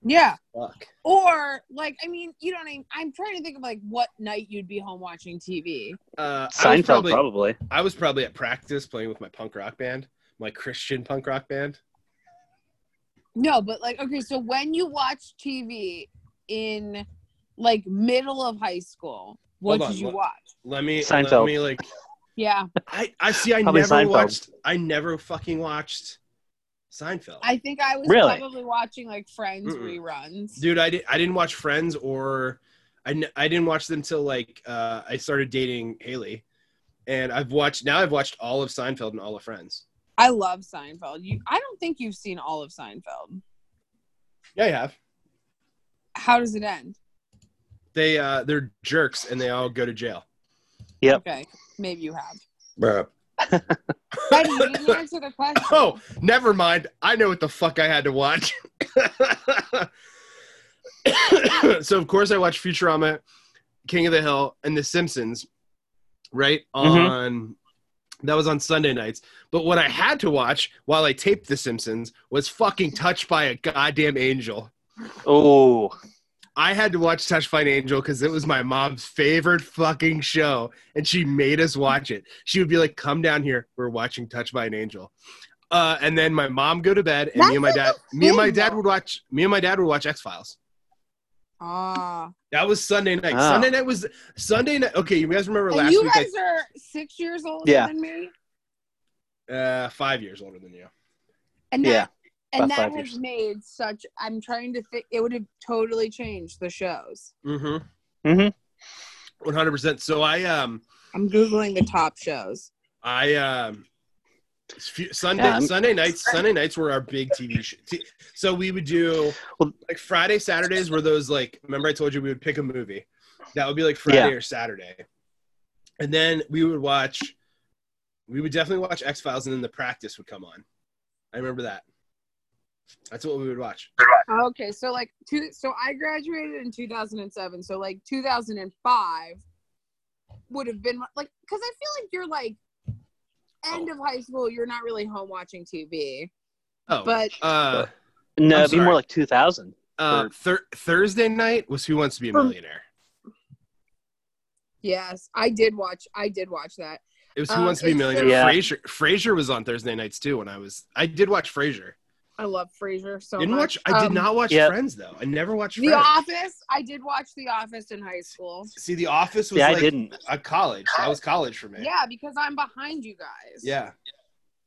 S2: Yeah.
S3: Fuck.
S2: Or like, I mean, you know what I mean? I'm trying to think of like what night you'd be home watching TV.
S3: Uh, I was
S1: Seinfeld,
S3: probably,
S1: probably.
S3: I was probably at practice playing with my punk rock band, my Christian punk rock band.
S2: No, but like, okay, so when you watch TV in like middle of high school, what
S3: Hold on,
S2: did you
S3: what-
S2: watch?
S3: Let me let
S1: Seinfeld.
S3: me like
S2: Yeah,
S3: I I see I
S1: Probably
S3: never
S1: Seinfeld.
S3: watched I never fucking watched Seinfeld.
S2: I think I was
S1: Really?
S2: probably watching like Friends
S3: Mm-mm.
S2: reruns.
S3: Dude, I did I didn't watch Friends or I n- I didn't watch them till like uh, I started dating Haley. And I've watched now I've watched all of Seinfeld and all of Friends.
S2: I love Seinfeld. You, I don't think you've seen all of Seinfeld.
S3: Yeah, I have.
S2: How does it end?
S3: They uh they're jerks and they all go to jail.
S1: Yep.
S2: Okay, maybe you
S3: <laughs>
S2: have.
S3: Bruh.
S2: Betty, you didn't answer the question.
S3: Oh, never mind. I know what the fuck I had to watch. <coughs> so of course I watched Futurama, King of the Hill, and The Simpsons, right?
S1: Mhm.
S3: On that was on Sunday nights. But what I had to watch while I taped The Simpsons was fucking Touched by a Goddamn Angel.
S1: Oh,
S3: I had to watch Touched by an Angel because it was my mom's favorite fucking show, and she made us watch it. She would be like, "Come down here, we're watching Touched by an Angel," uh, and then my mom go to bed, and
S2: That's
S3: me and my
S2: like
S3: dad,
S2: a
S3: me and my
S2: thing,
S3: dad
S2: though.
S3: would watch, me and my dad would watch X Files.
S2: Ah,
S3: That was Sunday night.
S1: Ah.
S3: Sunday night was Sunday night. Okay, you guys remember
S2: and
S3: last
S2: you
S3: week?
S2: guys are six years older
S1: Yeah.
S2: than me,
S3: I, uh, five years older than you.
S2: and that
S1: yeah.
S2: and
S1: About
S2: that
S1: five
S2: has
S1: years.
S2: made such. I'm trying to think. It would have totally changed the shows.
S3: Mm-hmm.
S1: Mhm.
S3: One hundred percent. So I um
S2: I'm googling the top shows.
S3: I um s- few- Sunday
S1: Yeah, I'm-
S3: Sunday nights Sunday nights were our big TV show. T- so we would do
S1: Well-
S3: like Friday Saturdays were those like remember I told you we would pick a movie. That would be like Friday
S1: Yeah.
S3: or Saturday. And then we would watch we would definitely watch X Files and then the practice would come on. I remember that. That's what we would watch.
S2: Okay, so like two, so I graduated in 2007. So like 2005 would have been like because I feel like you're like end of high school. You're not really home watching TV,
S3: Oh.
S2: but
S3: uh
S1: No,
S3: I'm
S1: it'd be more
S3: sorry.
S1: like 2000.
S3: uh thir- Thursday night was Who Wants to Be a
S2: Um,
S3: Millionaire.
S2: yes, I did watch. I did watch that.
S3: It was Who
S2: um,
S3: Wants to Be a
S2: it's
S3: Millionaire.
S1: just- Yeah.
S3: Frasier Frasier was on Thursday nights too when I was I did watch Frasier.
S2: I love Frasier so
S3: didn't
S2: much.
S3: watch. I did
S2: Um,
S3: not watch
S1: yeah.
S3: Friends though. I never watched
S2: The
S3: Friends.
S2: Office. I did watch The Office in high school.
S3: See, The Office was
S1: Yeah,
S3: like
S1: I didn't.
S3: a college. That was college for me.
S2: Yeah, because I'm behind you guys.
S3: Yeah.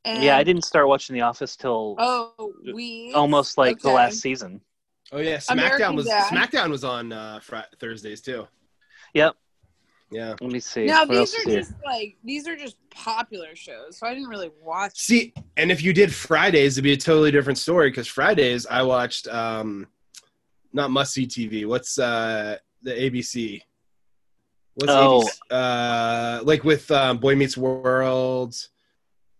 S2: And-
S1: yeah, I didn't start watching The Office till
S2: Oh, we
S1: almost like the
S2: okay.
S1: last season.
S3: Oh yeah. SmackDown
S2: American
S3: was
S2: Dad.
S3: SmackDown was on uh, Fri Thursdays too.
S1: Yep.
S3: Yeah.
S1: Let me see.
S2: Now
S1: what else
S2: these
S1: is
S2: are
S1: here?
S2: just like these are just popular shows, so I didn't really watch.
S3: See, and if you did Fridays, it'd be a totally different story because Fridays I watched um, not must see TV. What's uh the ABC? What's
S1: Oh.
S3: ABC? Uh, like with um, Boy Meets World.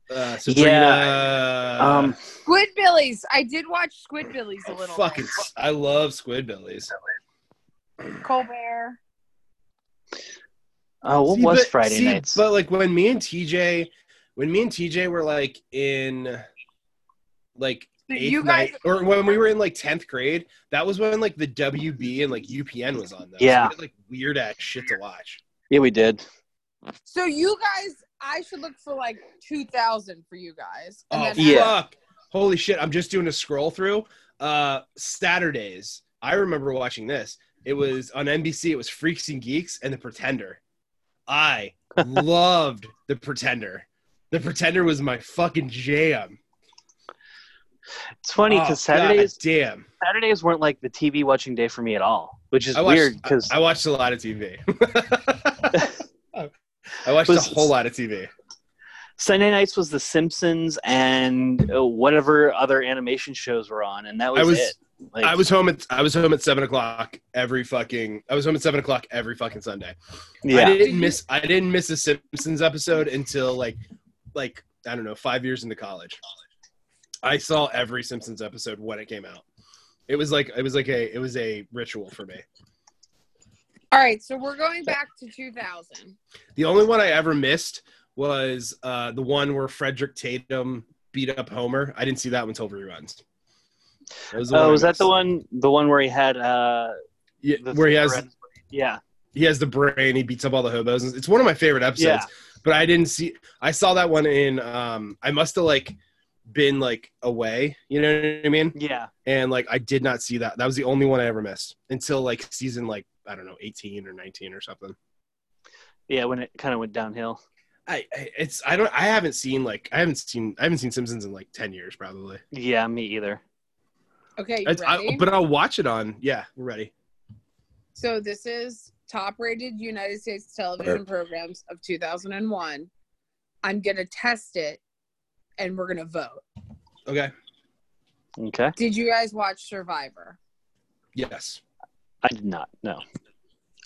S3: Uh, Sabrina. Uh,
S1: Um,
S2: Squidbillies. I did watch Squidbillies a little.
S3: Fucking,
S2: bit.
S3: I love Squidbillies.
S2: Colbert.
S1: oh, what
S3: See,
S1: was
S3: but-
S1: Friday
S3: see,
S1: nights?
S3: But like when me and TJ, when me and TJ were like in, like
S2: So
S3: eighth
S2: you guys,
S3: night, or when we were in like tenth grade, that was when like the WB and like UPN was on. Though.
S1: Yeah.
S3: we had, like weird ass shit to watch.
S1: yeah, we did.
S2: so you guys, I should look for like two thousand for you guys. and
S3: Oh
S2: then-
S1: yeah.
S3: fuck! Holy shit! I'm just doing a scroll through. Uh, Saturdays. I remember watching this. It was on NBC. It was Freaks and Geeks and The Pretender.
S1: <laughs>
S3: I loved The Pretender. The Pretender was my fucking jam.
S1: It's funny
S3: Oh,
S1: because Saturdays
S3: God damn.
S1: Saturdays weren't like the TV watching day for me at all, which is
S3: I watched-
S1: weird because
S3: I watched a lot of
S1: <laughs>
S3: TV. <laughs> I watched
S1: Was-
S3: a whole lot of TV.
S1: Sunday nights was The Simpsons and uh, whatever other animation shows were on, and that was,
S3: I was-
S1: it. Like,
S3: I was home at I was home at seven o'clock every fucking I was home at seven o'clock every fucking Sunday.
S1: yeah,
S3: I didn't miss I didn't miss a Simpsons episode until like like I don't know five years into college. I saw every Simpsons episode when it came out. It was like it was like a it was a ritual for me.
S2: All right, so we're going back to 2000.
S3: The only one I ever missed was uh, the one where Frederick Tatum beat up Homer. I didn't see that one until reruns. That was
S1: Oh,
S3: I
S1: was that the
S3: missed.
S1: one? The one where he had uh,
S3: Yeah,
S1: the
S3: where he
S1: thing
S3: has
S1: around- yeah,
S3: he has the brain. He beats up all the hobos. It's one of my favorite episodes.
S1: Yeah.
S3: But I didn't see. I saw that one in. Um, I must have like been like away. You know what I mean?
S1: yeah.
S3: And like I did not see that. That was the only one I ever missed until like season like I don't know eighteen or nineteen or something.
S1: Yeah, when it kind of went downhill.
S3: I I- it's I don't I haven't seen like I haven't seen I haven't seen Simpsons in like ten years probably.
S1: Yeah, me either.
S2: Okay, you
S3: It's- I-
S2: ready?
S3: but I'll watch it on. Yeah, we're ready.
S2: so this is top-rated United States television programs of 2001. I'm gonna test it, and we're gonna vote.
S3: Okay.
S1: Okay,
S2: Did you guys watch Survivor?
S3: Yes.
S1: I did not. No.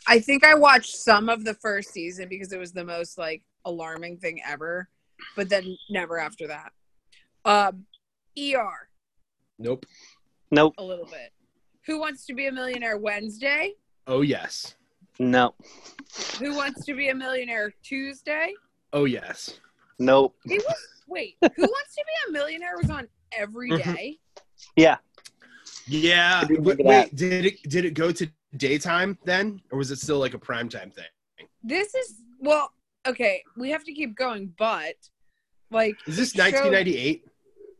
S2: I think I watched some of the first season because it was the most like alarming thing ever, but then never after that. Um, ER
S3: Nope.
S1: Nope.
S2: a little bit. Who wants to be a millionaire Wednesday?
S3: Oh yes.
S1: No.
S2: Who wants to be a millionaire Tuesday?
S3: Oh yes.
S1: Nope.
S2: It was wait. Who wants to be a millionaire was on every
S3: Mhm.
S2: day.
S3: Yeah.
S1: I do
S3: Wait,
S1: remember that.
S3: wait, did it did it go to daytime then, or was it still like a prime time thing?
S2: This is well, okay. We have to keep going, but like
S3: Is this
S2: Show-
S3: 1998?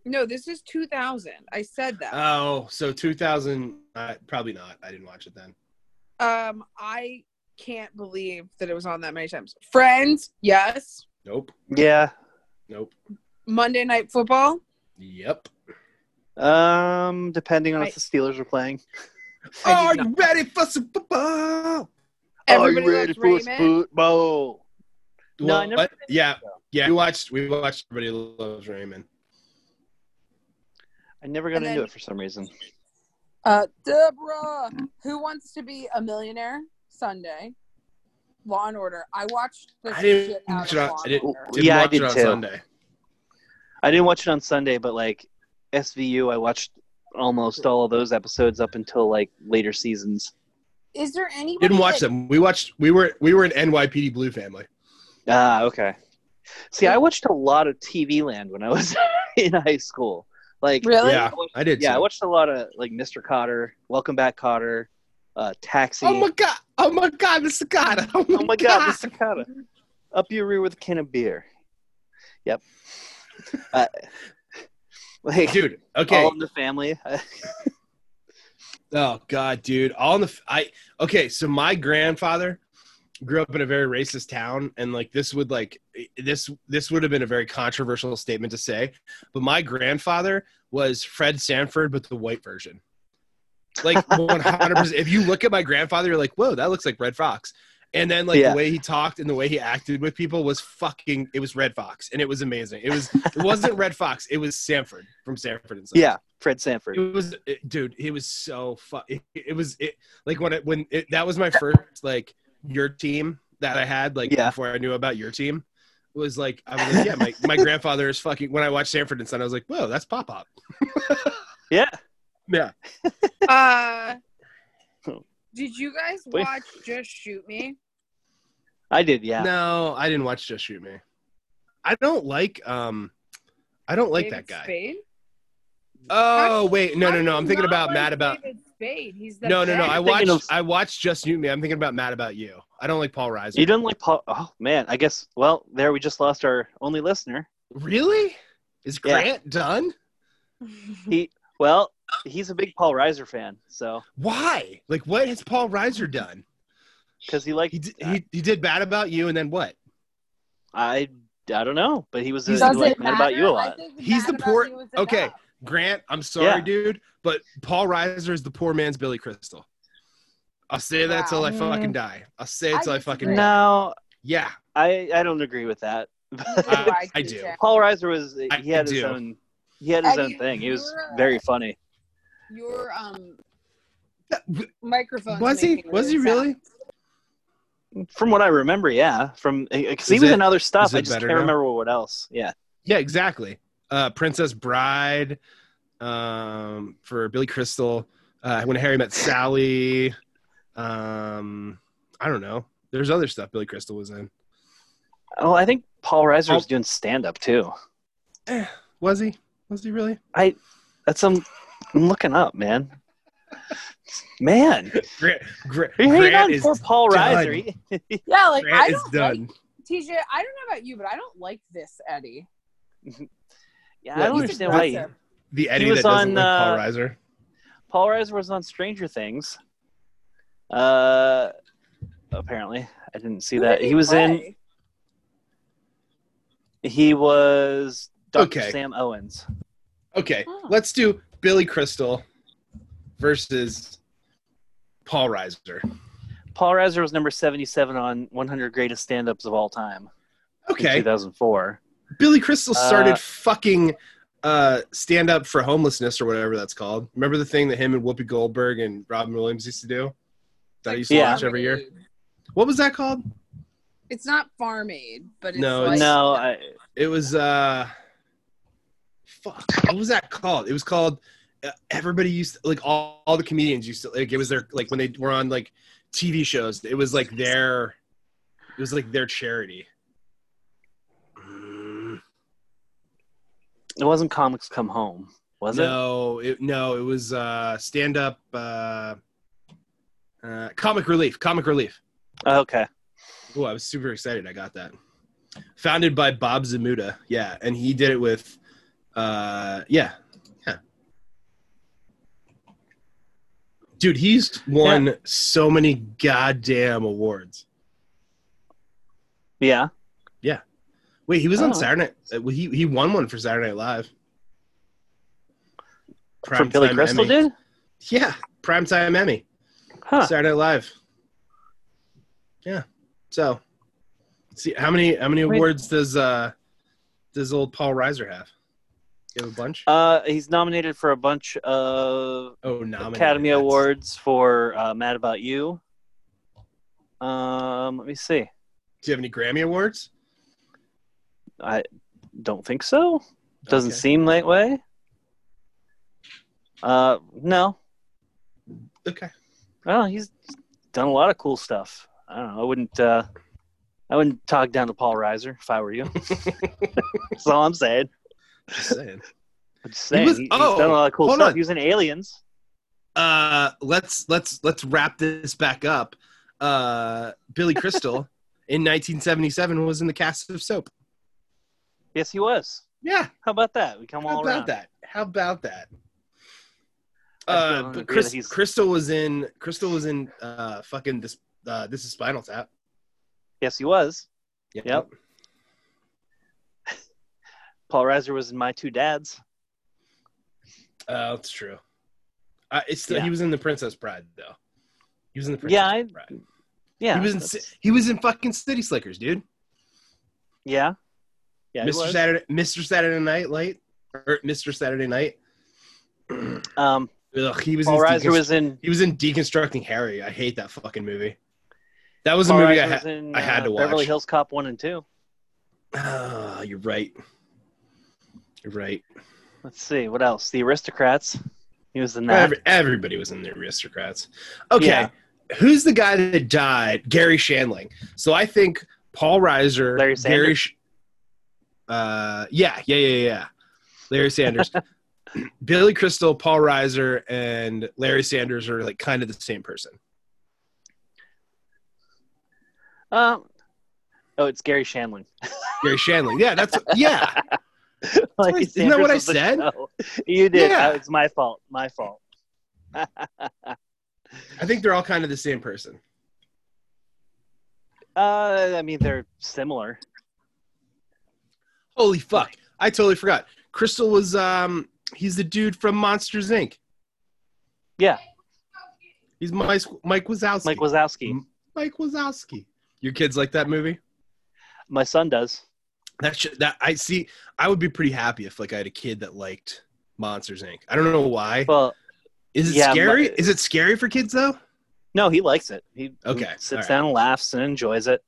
S2: no, this is 2000. I said that.
S3: Oh, so 2000. Uh, probably not. I didn't watch it then.
S2: Um, I can't believe that it was on that many times. Friends, yes.
S3: Nope.
S1: Yeah.
S3: Nope.
S2: Monday Night Football.
S3: Yep.
S1: Um, depending on if
S2: I-
S1: the Steelers were playing.
S2: I
S3: Are
S2: did not-
S3: you ready for some football?
S2: Everybody
S1: Are you ready
S2: loves
S1: for
S2: Raymond.
S1: football? No,
S3: Well,
S1: I never
S3: what-
S1: did
S3: yeah,
S1: though.
S3: yeah. We watched. We watched. Everybody loves Raymond.
S1: I never got
S2: And
S1: into
S2: then-
S1: it for some reason.
S2: Uh, Deborah. Who wants to be a millionaire? Sunday. Law and Order. I watched the
S3: I didn't
S2: shit out
S3: watch
S2: of
S3: it on-
S2: Law
S3: I
S2: and
S3: didn't-
S2: Order.
S3: Didn't
S1: Yeah, I
S3: watch
S1: did
S3: it on
S1: too.
S3: Sunday.
S1: I didn't watch it on Sunday, but like SVU, I watched almost all of those episodes up until like later seasons.
S2: Is there anybody
S3: Didn't watch
S2: that-
S3: them. We watched. We were. We were an NYPD Blue family.
S1: Ah, okay. See, I watched a lot of TV Land when I was <laughs> in high school. Like,
S2: Really?
S3: Yeah, I did.
S1: yeah, I
S3: too.
S1: watched a lot of like Mr. Cotter, Welcome Back Cotter, uh, Taxi.
S3: Oh my god! Oh my god, Mr. Cotter! Oh my,
S1: Oh my God, Mr. Cotter, up your rear with a can of beer. Yep. Uh, <laughs> like,
S3: dude. Okay.
S1: all in the family. <laughs>
S3: Oh god, dude. All in the f- I. Okay, so my grandfather grew up in a very racist town, and like this would like this this would have been a very controversial statement to say, but my grandfather was Fred Sanford, but the white version. Like one hundred percent. If you look at my grandfather, you're like, whoa, that looks like Red Fox. And then like
S1: Yeah.
S3: the way he talked and the way he acted with people was fucking. It was Red Fox, and it was amazing. It was it wasn't Red Fox. It was Sanford from Sanford and Son.
S1: yeah, Fred Sanford.
S3: It was, it- dude. It was so fun. It, it was it like when it when it, that was my first like your team that I had like
S1: Yeah.
S3: before I knew about your team was like I was like yeah my, my grandfather is fucking when I watched Sanford and Son I was like whoa that's pop up
S1: Yeah.
S3: yeah
S1: <laughs>
S2: Uh, did you guys
S1: Wait.
S2: watch Just Shoot Me?
S1: I did, yeah.
S3: no I didn't watch Just Shoot Me I don't like um I don't like
S2: David
S3: that guy
S2: Spade?
S3: oh
S2: Actually,
S3: wait no
S2: How
S3: no
S2: do
S3: no
S2: you
S3: I'm thinking
S2: not
S3: about
S2: like
S3: Mad About
S2: David Spade. He's the
S3: no no no
S2: best.
S3: I
S1: I'm thinking
S3: watched
S1: of-
S3: I watched Just Shoot Me I'm thinking about Mad About You I don't like Paul Reiser
S1: You didn't like Paul? Oh man, I guess. Well, there we just lost our only listener.
S3: really is
S1: Yeah.
S3: Grant done
S2: <laughs>
S1: He well, he's a big Paul Reiser fan, so
S3: Why? Like, what has Paul Reiser done?
S1: because he liked.
S3: He did, he, he did bad about you, and then what?
S1: I I don't know, but he was. A,
S3: Does
S1: he
S2: Does
S1: liked
S2: it
S1: Mad About You a
S2: matter? I
S1: lot.
S2: think Mad
S3: He's the
S2: About
S3: poor-
S2: You is
S3: okay.
S2: enough.
S3: Grant, I'm sorry,
S1: Yeah.
S3: dude, but Paul Reiser is the poor man's Billy Crystal. I'll say that till I
S1: Wow.
S3: fucking die. I'll say it
S2: I
S3: till I, fucking
S2: disagree.
S3: die.
S1: No,
S3: Yeah,
S1: I I don't agree with that.
S3: I-
S2: Like,
S3: I do.
S2: yeah.
S1: <laughs> Paul Reiser was
S3: I
S1: he had his
S3: do.
S1: own he had his
S2: And
S1: own
S2: you-
S1: thing. He was
S2: you're a-
S1: very funny.
S2: Your um
S3: w-
S2: microphone.
S3: was he? Was he really?
S1: From what I remember, yeah. From because he
S3: Is
S1: was
S3: it-
S1: in other stuff.
S3: is it
S1: I just
S3: better
S1: can't
S3: now?
S1: remember what else. Yeah.
S3: Yeah, exactly. Uh, Princess Bride um, for Billy Crystal. Uh, when Harry met Sally. Um, I don't know. There's other stuff Billy Crystal was in.
S1: Well, I think Paul Reiser
S3: Oh.
S1: was doing stand up too.
S3: Eh, was he? Was he really?
S1: That's um, I'm looking up, man.
S3: <laughs>
S1: Man,
S3: Grant, Grant,
S1: are you hating
S3: Grant
S1: on
S3: is
S1: poor Paul
S3: done.
S1: Reiser? He-
S2: <laughs> Yeah, like
S3: Grant
S2: I
S3: is
S2: don't like
S3: done.
S2: TJ. I don't know about you, but I don't like this Eddie.
S1: yeah,
S3: Yeah,
S1: I don't
S3: he's
S1: understand why.
S2: Aggressive.
S1: he-
S3: The Eddie
S1: was
S3: that doesn't
S1: on,
S3: like
S1: uh,
S3: Paul Reiser.
S1: Paul Reiser was on Stranger Things. Uh, apparently, I didn't see
S2: Who
S1: that.
S2: did
S1: He was in.
S2: play?
S1: He was Dr.
S3: Okay.
S1: Sam Owens.
S3: Okay,
S2: Oh.
S3: let's do Billy Crystal versus Paul Reiser.
S1: Paul Reiser was number seventy-seven on 100 Greatest Stand-Ups of All Time in
S3: Okay,
S1: 2004.
S3: Billy Crystal started
S1: Uh,
S3: fucking uh, stand up for homelessness or whatever that's called. Remember the thing that him and Whoopi Goldberg and Robin Williams used to do? That I used to
S1: Yeah.
S3: watch every year. What was that called?
S2: It's not farm aid, but it's
S3: No,
S2: like,
S3: it's-
S1: No, I,
S3: It was uh, fuck. What was that called? It was called. Uh, everybody used to, like all, all the comedians used to like it was their like when they were on like TV shows. It was like their, it was like their charity. Mm,
S1: it wasn't Comics Come Home, was it?
S3: no, it? no, it was uh, stand up. Uh, uh, comic relief, comic relief.
S1: Okay.
S3: Oh, I was super excited. I got that. Founded by Bob Zamuda. Yeah. And he did it with, uh, yeah. Yeah. Dude, he's won so many goddamn awards.
S1: Yeah.
S3: Wait, he was on
S1: Oh.
S3: Saturday Night. uh, He, he won one for Saturday Night Live.
S1: From Billy
S3: Primetime
S1: Crystal,
S3: Emmy.
S1: dude?
S3: Yeah. Primetime Emmy.
S1: Huh.
S3: Saturday Night Live. Yeah. So, see how many how many
S1: Wait.
S3: awards does uh does old Paul Reiser have? You have a bunch.
S1: Uh, he's nominated for a bunch of
S3: oh, nominated.
S1: Academy
S3: That's-
S1: Awards for uh, Mad About You. Um, let me see.
S3: Do you have any Grammy awards?
S1: Don't think so. Doesn't
S3: Okay.
S1: seem that way. Uh, no.
S3: Okay.
S1: Well, he's done a lot of cool stuff. I don't know. I wouldn't. Uh, I wouldn't talk down to Paul Reiser if I were
S3: <laughs>
S1: you. That's all I'm saying.
S3: Just saying. <laughs>
S1: I'm just saying.
S3: He was-
S1: he-
S3: oh,
S1: he's done a lot of cool
S3: hold
S1: stuff.
S3: on.
S1: He was in Aliens.
S3: uh, let's let's let's wrap this back up. Uh,
S1: <laughs>
S3: Billy Crystal in 1977 was in the cast of Soap.
S1: Yes, he was.
S3: Yeah.
S1: How about that? We come
S3: How
S1: all
S3: about
S1: around.
S3: that? How about that?
S1: I still
S3: Uh,
S1: don't
S3: but
S1: agree
S3: Chris,
S1: that he's-
S3: Crystal was in. Crystal was in. Uh, fucking this. Uh, this is Spinal Tap.
S1: Yes, he was.
S3: Yep.
S1: Yep. Paul Reiser was in My Two Dads.
S3: Uh, that's true. Uh, it's still,
S1: Yeah.
S3: he was in the Princess Bride though. He was in the Princess
S1: Yeah, I-
S3: Bride.
S1: Yeah.
S3: he was in.
S1: that's-
S3: Ci- He was in fucking City Slickers, dude.
S1: Yeah. Yeah. he
S3: Mr.
S1: was.
S3: Saturday. Mr. Saturday Night Light. Or Mr. Saturday Night.
S1: Um,
S3: Ugh, he was.
S1: Paul
S3: in
S1: Reiser
S3: Deconstru-
S1: was in.
S3: He was in Deconstructing Harry. I hate that fucking movie. That was
S1: Paul
S3: a movie I
S1: Reiser
S3: had.
S1: was in, uh,
S3: I had to
S1: Beverly
S3: watch.
S1: Hills Cop one and two.
S3: Ah, you're right. You're right.
S1: Let's see what else. The Aristocrats. He was in that.
S3: Every, everybody was in the aristocrats. Okay.
S1: Yeah.
S3: Who's the guy that died? Gary Shandling. So I think Paul Reiser,
S1: Larry
S3: Gary Sh- uh, yeah, yeah, yeah, yeah.
S1: <laughs>
S3: Larry Sanders. Billy Crystal, Paul Reiser, and Larry Sanders are like kind of the same person.
S1: Um, oh, it's Gary Shanley.
S3: Gary Shandling. Yeah, that's yeah.
S1: <laughs> Like
S3: Wait,
S1: it's
S3: isn't that what I
S1: Sanders of the
S3: said?
S1: show. <laughs> You did.
S3: Yeah.
S1: Uh, it's my fault. My fault.
S3: I think they're all kind of the same person.
S1: Uh, I mean, they're similar.
S3: Holy fuck. I totally forgot. Crystal was um He's the dude from Monsters Inc.
S1: Yeah.
S3: He's Mike Mike Wazowski.
S1: Mike Wazowski.
S3: Mm. Mike Wazowski. Your kids like that movie?
S1: My son does.
S3: That should, that I see. I would be pretty happy if like I had a kid that liked Monsters Inc. I don't know why.
S1: Well,
S3: Is it
S1: yeah,
S3: scary?
S1: my-
S3: Is it scary for kids though?
S1: no, he likes it. He
S3: Okay,
S1: sits
S3: all right.
S1: down and laughs and enjoys it.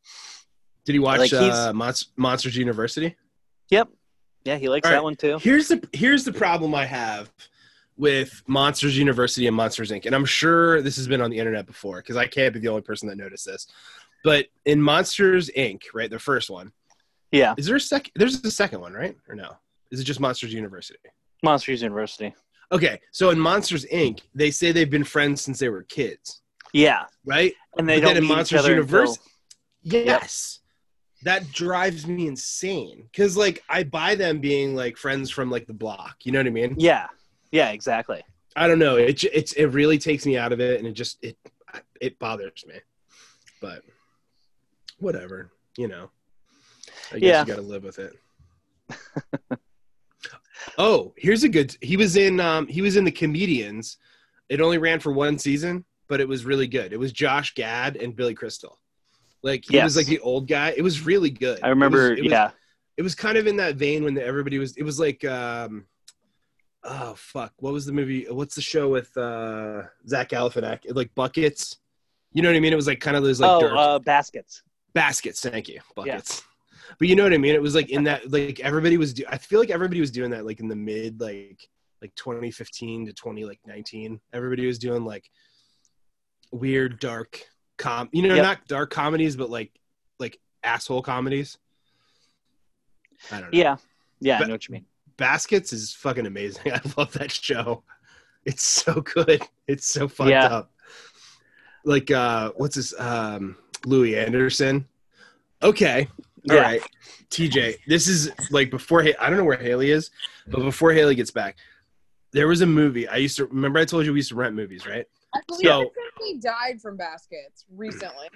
S3: Did he watch
S1: Like, he's-
S3: uh, Monst- Monsters University?
S1: Yeah, he likes
S3: All
S1: that
S3: right.
S1: one too.
S3: Here's the here's the problem I have with Monsters University and Monsters Inc. And I'm sure this has been on the internet before because I can't be the only person that noticed this. But in Monsters Inc., right, the first one,
S1: Yeah,
S3: is there a second? There's a second one, right, or no? Is it just Monsters University?
S1: Monsters University.
S3: Okay, so in Monsters Inc., they say they've been friends since they were kids,
S1: Yeah,
S3: right?
S1: and they
S3: But then
S1: don't
S3: in
S1: meet
S3: Monsters
S1: each other
S3: Univers-
S1: until-
S3: Yes. That drives me insane because, like, I buy them being like friends from like the block. You know what I mean?
S1: Yeah, yeah, exactly.
S3: I don't know. It j- it's it really takes me out of it, and it just it it bothers me. But whatever, you know. I guess
S1: Yeah.
S3: you got to live with it. <laughs> oh, here's a good. He was in um he was in the comedians. It only ran for one season, but it was really good. It was Josh Gad and Billy Crystal. Like he
S1: Yes.
S3: was like the old guy. It was really good.
S1: I remember.
S3: It was- it was-
S1: yeah,
S3: it was kind of in that vein when everybody was it was like um oh fuck what was the movie what's the show with uh zach galifianak like buckets you know what i mean it was like kind of those like
S1: oh,
S3: dirt
S1: uh, baskets.
S3: baskets thank you buckets but you know what i mean it was like in that like everybody was do- i feel like everybody was doing that like in the mid like like 2015 to 20 like 19 everybody was doing like weird dark com you know
S1: Yep.
S3: not dark comedies but like like asshole comedies i don't know
S1: Yeah, yeah, I
S3: But-
S1: know what you mean.
S3: Baskets is fucking amazing. <laughs> I love that show. It's so good. It's so fucked
S1: Yeah.
S3: up. Like uh what's his um Louis Anderson. Okay. all right,
S1: Yeah.
S3: TJ, this is like before Ha- I don't know where Haley is, but before Haley gets back, there was a movie. I used to remember I told you we used to rent movies, right?
S2: I believe
S3: So-
S2: somebody died from baskets recently.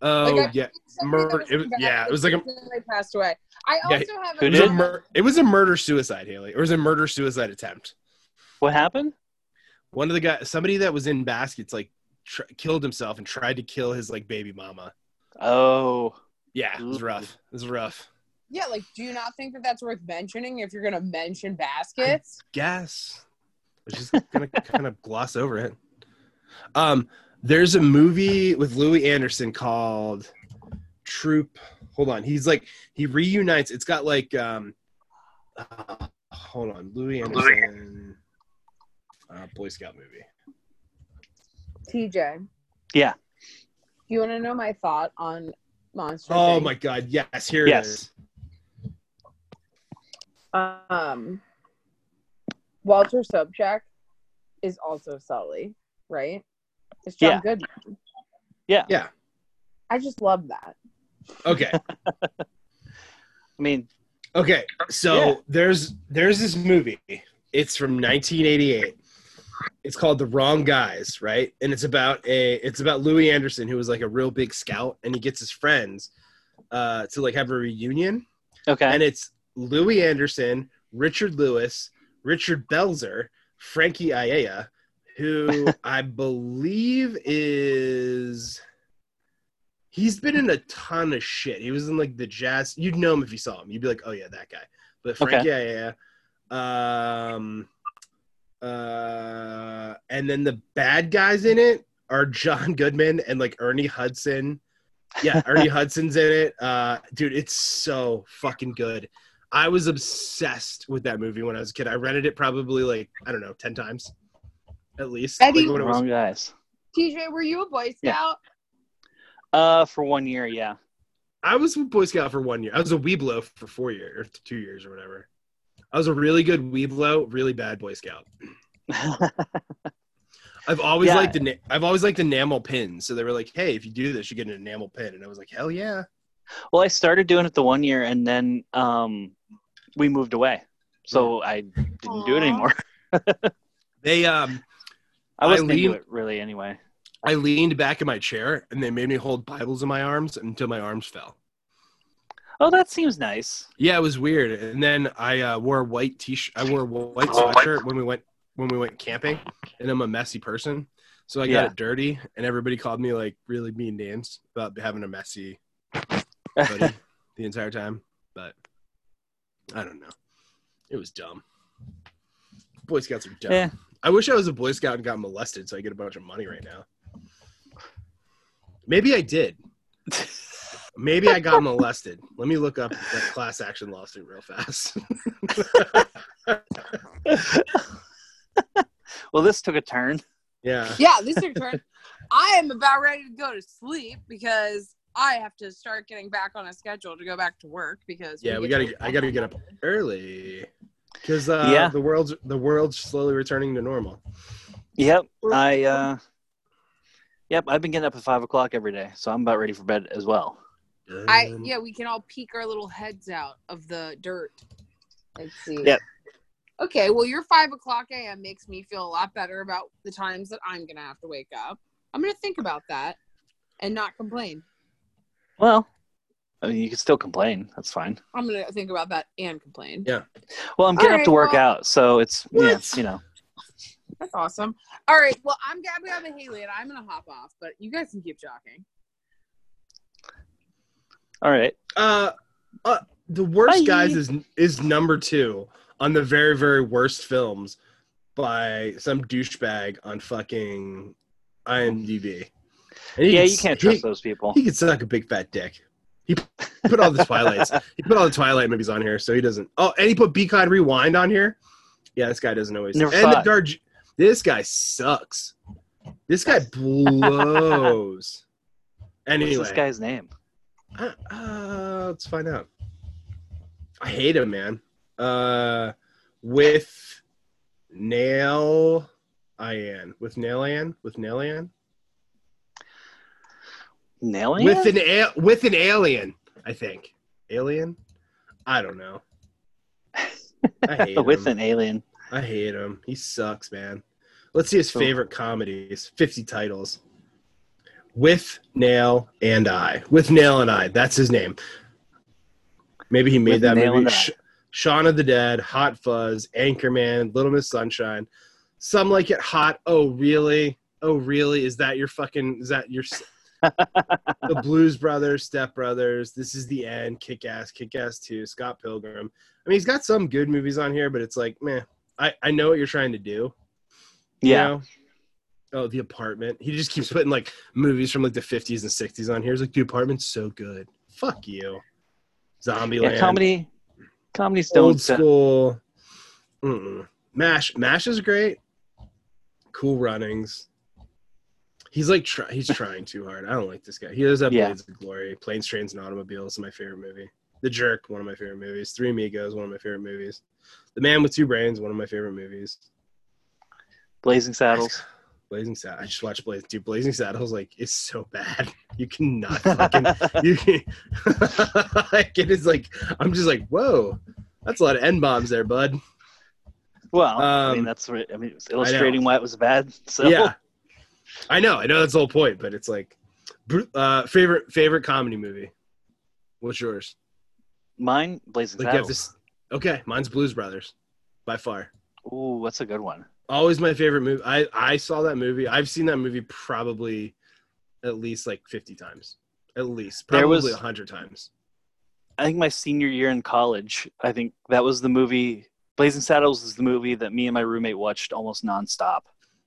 S3: Oh
S2: Like, I-
S3: yeah.
S2: Somebody that
S3: Murder-
S2: was
S3: it was-
S2: from
S3: yeah, it was like a-
S2: baskets recently passed away. I
S3: Yeah,
S2: also have
S1: who
S3: It was, a
S1: did?
S3: mur- it was a murder suicide, Haley. Or it was a murder suicide attempt.
S1: What happened?
S3: one of the guys somebody that was in baskets like tr- killed himself and tried to kill his like baby mama
S1: Oh,
S3: yeah it was
S1: Ooh.
S3: rough it was rough
S2: Yeah, like, do you not think that that's worth mentioning if you're gonna mention baskets?
S3: guess i was just gonna <laughs> kind of gloss over it um there's a movie with louis anderson called troop hold on he's like he reunites it's got like um uh, hold on louis anderson uh, boy scout movie
S2: TJ.
S1: Yeah.
S2: You want to know my thought on Monster?
S3: oh
S2: Inc?
S3: my god yes here it
S1: Yes.
S3: is
S2: Um, Walter Sobchak is also Sully, right? It's John
S1: Yeah.
S2: Goodman.
S1: Yeah.
S3: Yeah.
S2: I just love that.
S3: okay
S1: I mean,
S3: Okay, so
S1: Yeah.
S3: there's there's this movie. It's from 1988. It's called The Wrong Guys, right? And it's about a it's about Louis Anderson who was like a real big scout and he gets his friends uh to like have a reunion
S1: okay,
S3: and it's Louis Anderson, Richard Lewis, Richard Belzer, Frankie Iea,
S1: <laughs>
S3: who I believe is he's been in a ton of shit. He was in like the jazz. You'd know him if you saw him. You'd be like, oh yeah, that guy. But
S1: Okay.
S3: Frankie Iea, um, uh, and then the bad guys in it are John Goodman and like Ernie Hudson. Yeah, Ernie Hudson's in it. Uh, dude, it's so fucking good. I was obsessed with that movie when I was a kid. I rented it probably like I don't know ten times, at least.
S2: Eddie-
S3: like, when it was-
S1: wrong guys.
S2: TJ, were you a Boy Scout?
S1: Yeah. Uh, for one year, yeah. <laughs>
S3: I was a Boy Scout for one year. I was a Weeblo for four years or two years or whatever. I was a really good Weeblo, really bad Boy Scout. I've always
S1: Yeah.
S3: liked the na- I've always liked enamel pins. So they were like, "Hey, if you do this, you get an enamel pin." And I was like, "Hell yeah!"
S1: well, I started doing it the one year, and then um, we moved away,
S3: Hmm.
S1: so I didn't do it
S2: Aw.
S1: anymore. <laughs>
S3: They um,
S1: I wasn't
S3: Eileen-
S1: into it really anyway.
S3: I leaned back in my chair and they made me hold Bibles in my arms until my arms fell.
S1: Oh, that seems nice.
S3: Yeah, it was weird. And then I uh, wore a white t-shirt. I wore a white sweatshirt when we went when we went camping, and I'm a messy person, so I got
S1: Yeah.
S3: it dirty, and everybody called me like really mean names about having a messy hoodie the entire time. But I don't know. It was dumb. Boy Scouts are dumb.
S1: Yeah.
S3: I wish I was a Boy Scout and got molested, so I get a bunch of money right now. Maybe I
S1: <laughs>
S3: did. Maybe I got molested. Let me look up that class action lawsuit real fast.
S1: <laughs>
S3: <laughs>
S1: well, this took a turn.
S3: yeah.
S2: Yeah, this is
S1: <laughs>
S2: your turn. I am about ready to go to sleep because I have to start getting back on a schedule to go back to work because
S3: Yeah, we
S2: get
S3: gotta- I gotta get up. Early. Because uh,
S1: Yeah.
S3: the world's the world's slowly returning to normal.
S1: Yep. I. uh Yep. I've been getting up at five o'clock every day, so I'm about ready for bed as well.
S2: I
S3: Um,
S2: yeah, we can all peek our little heads out of the dirt. Let's see.
S1: Yep.
S2: Okay, well, your five o'clock a.m. makes me feel a lot better about the times that I'm gonna have to wake up. I'm gonna think about that and not complain.
S1: Well, I mean, you can still complain. That's fine.
S2: I'm gonna think about that and complain.
S3: Yeah.
S1: Well, I'm getting
S2: All
S1: up to
S2: right,
S1: work
S2: well-
S1: out, so it's yeah,
S3: What?
S1: you know.
S2: That's awesome. All right, well, I'm Gabby Abba Haley, and I'm gonna hop off, but you guys can keep talking.
S1: All right.
S3: Uh, uh, the worst
S1: Bye.
S3: guys is is number two on the very very worst films by some douchebag on fucking IMDb. And he
S1: Yeah,
S3: can-
S1: you can't
S3: he-
S1: trust those people.
S3: He could suck a big fat dick. He put all
S1: <laughs>
S3: the Twilights. he put all the Twilight movies on here, so he doesn't. Oh, and he put Beacon Rewind on here. Yeah, this guy doesn't always.
S1: Never
S3: and
S1: saw it.
S3: the Darj- This guy sucks. This guy
S1: <laughs>
S3: blows. anyway,
S1: What's this guy's name?
S3: uh, uh, let's find out. I hate him, man. Uh, with nail, Ian. With nail, Ian. With nail, Ian.
S1: Nailing
S3: With an a- with an alien, I think. Alien. I don't know. I
S1: <laughs>
S3: hate
S1: Oh, with
S3: him.
S1: an alien.
S3: I hate him. He sucks, man. Let's see his
S1: So-
S3: favorite comedies. Fifty titles. With Nail and I. With Nail and I. That's his name. Maybe he made
S1: With
S3: that
S1: Nail
S3: movie.
S1: and I.
S3: Sh- Shaun of the Dead, Hot Fuzz, Anchorman, Little Miss Sunshine. Some like it hot. Oh really? Oh really? Is that your fucking? Is that
S1: <laughs>
S3: your? s- the Blues Brothers, Step Brothers. This is the end. Kick Ass, Kick Ass Two, Scott Pilgrim. I mean, he's got some good movies on here, but it's like, man, I I know what you're trying to do. you
S1: Yeah.
S3: know? Oh, The Apartment. He just keeps putting like movies from like the 50s and 60s on here. He's like, The Apartment's so good. Fuck you. Zombieland.
S1: yeah comedy. Comedy
S3: Old
S1: Stone's uh,
S3: school. Mm-mm. Mash. Mash is great. Cool runnings. He's like try- he's trying too hard. I don't like this guy. He does have
S1: Yeah.
S3: Blades of Glory, Planes, Trains, and Automobiles. Is my favorite movie. The Jerk, one of my favorite movies. Three Amigos, one of my favorite movies. The Man with Two Brains, one of my favorite movies.
S1: Blazing Saddles.
S3: Blazing Saddles. I just watched Blazing. Dude, Blazing Saddles like is so bad. <laughs>
S1: <laughs>
S3: You cannot <laughs> fucking. you can, <laughs> like, it is like I'm just like whoa, that's a lot of n bombs there, bud.
S1: Well, I mean
S3: Um,
S1: that's what, I mean it's illustrating why it was bad. <laughs> So
S3: Yeah, I know. I know that's the whole point, but it's like br- uh, favorite favorite comedy movie. What's yours?
S1: mine Blazing
S3: Like you have
S1: Saddles.
S3: this. Okay, mine's Blues Brothers, by far.
S1: Ooh, that's a good one.
S3: Always my favorite movie. I I saw that movie. I've seen that movie probably at least like fifty times. At least
S1: There was-
S3: probably a hundred times.
S1: I think my senior year in college, I think that was the movie Blazing Saddles is the movie that me and my roommate watched almost nonstop.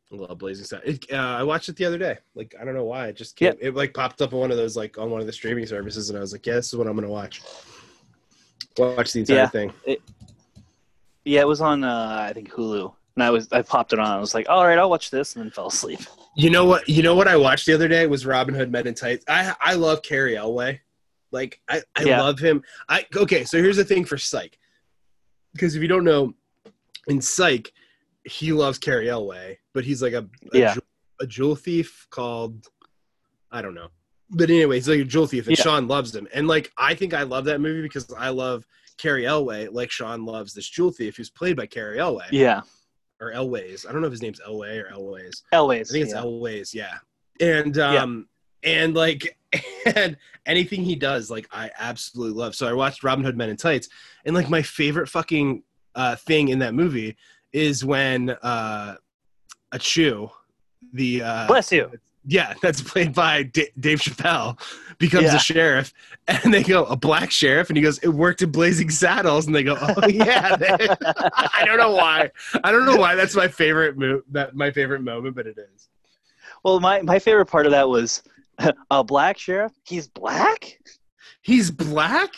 S3: I love Blazing Saddles. It, uh, I watched it the other day. Like I don't know why it just
S1: Yeah.
S3: came. It like popped up on one of those like on one of the streaming services, and I was like, yeah, this is what I'm gonna watch. Watch the entire
S1: Yeah.
S3: thing.
S1: Yeah, it was on uh, I think Hulu. And I was I popped it on. I was like, "All right, I'll watch this," and then fell asleep. <laughs>
S3: You know what? You know what I watched the other day was Robin Hood Men in Tights. I I love Carrie Elway. Like I I
S1: Yeah.
S3: love him. I okay. So here's the thing for Psych, because if you don't know, in Psych, he loves Carrie Elway, but he's like a a,
S1: Yeah.
S3: jewel, a jewel thief called I don't know. But anyway, he's like a jewel thief, and
S1: Yeah.
S3: Sean loves him. And like I think I love that movie because I love Carrie Elway, like Sean loves this jewel thief who's played by Carrie Elway
S1: Yeah,
S3: or Elways. I don't know if his name's Elway or Elways.
S1: Elways.
S3: I think it's
S1: yeah.
S3: Elways, yeah. And um, and like <laughs> and anything he does like i absolutely love so i watched robin hood men in tights and like my favorite fucking uh, thing in that movie is when uh a chew the uh
S1: Bless you.
S3: yeah that's played by D- dave chappelle becomes
S1: Yeah.
S3: a sheriff and they go a black sheriff and he goes it worked in blazing saddles and they go oh <laughs> yeah i don't know why i don't know why that's my favorite move that my favorite moment but it is
S1: Well, my, my favorite part of that was <laughs> a black sheriff. He's black. <laughs>
S3: He's black?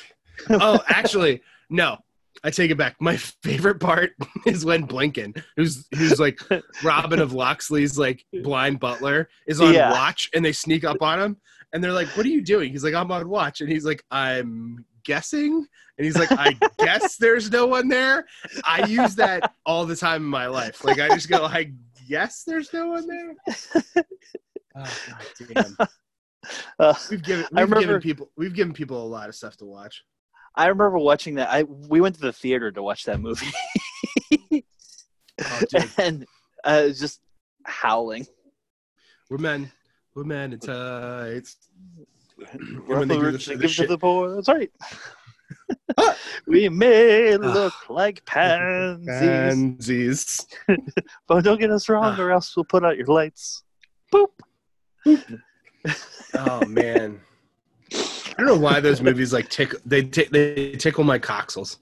S3: Oh, actually, no. I take it back. My favorite part <laughs> is when Blinken, who's who's like Robin of Loxley's like blind butler, is on
S1: Yeah.
S3: watch and they sneak up on him and they're like, What are you doing? He's like, I'm on watch. And he's like, I'm guessing. And he's
S1: <laughs>
S3: like, I guess there's no one there. I use that all the time in my life. Like I just go, I guess there's no
S1: <laughs>
S3: one there. Oh god damn.
S1: Uh,
S3: We've given we've
S1: I remember-
S3: given people we've given people a lot of stuff to watch.
S1: I remember watching that. I we went to the theater to watch that movie, <laughs>
S3: Oh, dude.
S1: and uh, just howling.
S3: We're men. We're men uh, in <clears throat> tights.
S1: We're
S3: when they
S1: the
S3: do
S1: rich
S3: this,
S1: and give
S3: this
S1: to
S3: shit.
S1: the poor. That's right. we may look like pansies,
S3: Pansies.
S1: but don't get us wrong, or else we'll put out your lights. Boop.
S3: Oh man. I don't know why those movies like tickle they tick they tickle my coxels.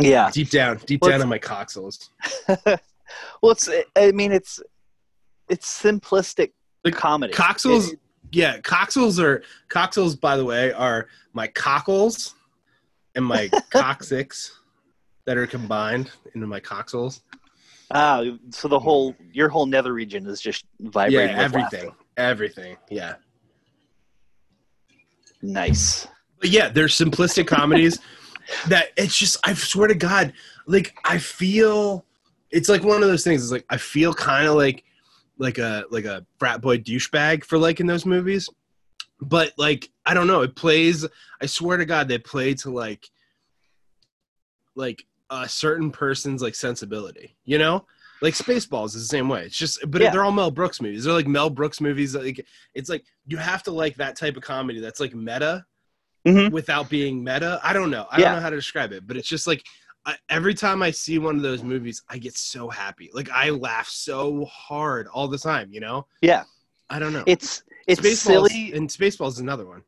S1: Yeah.
S3: Deep down, deep
S1: Well,
S3: down in my coxels.
S1: <laughs> Well, it's. I mean, it's it's simplistic
S3: The
S1: comedy.
S3: Coxels yeah, coxels are coxels by the way are my cockles
S1: <laughs>
S3: and my coccyx that are combined into my coxels.
S1: Ah, so the whole your whole nether region is just
S3: Yeah,
S1: vibrating. with
S3: everything.
S1: laughter.
S3: Everything. Yeah.
S1: Nice.
S3: But yeah, they're simplistic comedies that it's just I swear to God, like I feel it's like one of those things. It's like I feel kind of like like a like a frat boy douchebag for liking those movies, but like I don't know. It plays. I swear to God, they play to like like a certain person's like sensibility. You know. Like Spaceballs is the same way. It's just, but
S1: Yeah.
S3: they're all Mel Brooks movies. They're like Mel Brooks movies. Like it's like you have to like that type of comedy that's like meta,
S1: Mhm.
S3: without being meta. I don't know. I
S1: Yeah.
S3: don't know how to describe it, but it's just like I, every time I see one of those movies, I get so happy. Like I laugh so hard all the time. You know?
S1: Yeah.
S3: I don't know.
S1: It's it's
S3: Spaceballs-
S1: silly.
S3: and Spaceballs is another one.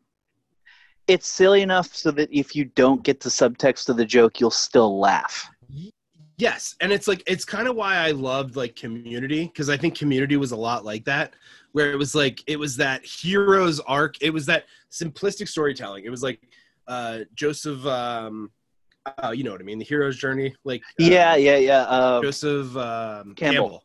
S1: It's silly enough so that if you don't get the subtext of the joke, you'll still laugh.
S3: Yes, and it's like it's kind of why I loved like Community because I think Community was a lot like that, where it was like it was that hero's arc, it was that simplistic storytelling. It was like uh Joseph, um, uh, you know what I mean, the hero's journey, like uh,
S1: yeah, yeah, yeah. Uh,
S3: Joseph um, Campbell.
S1: Campbell.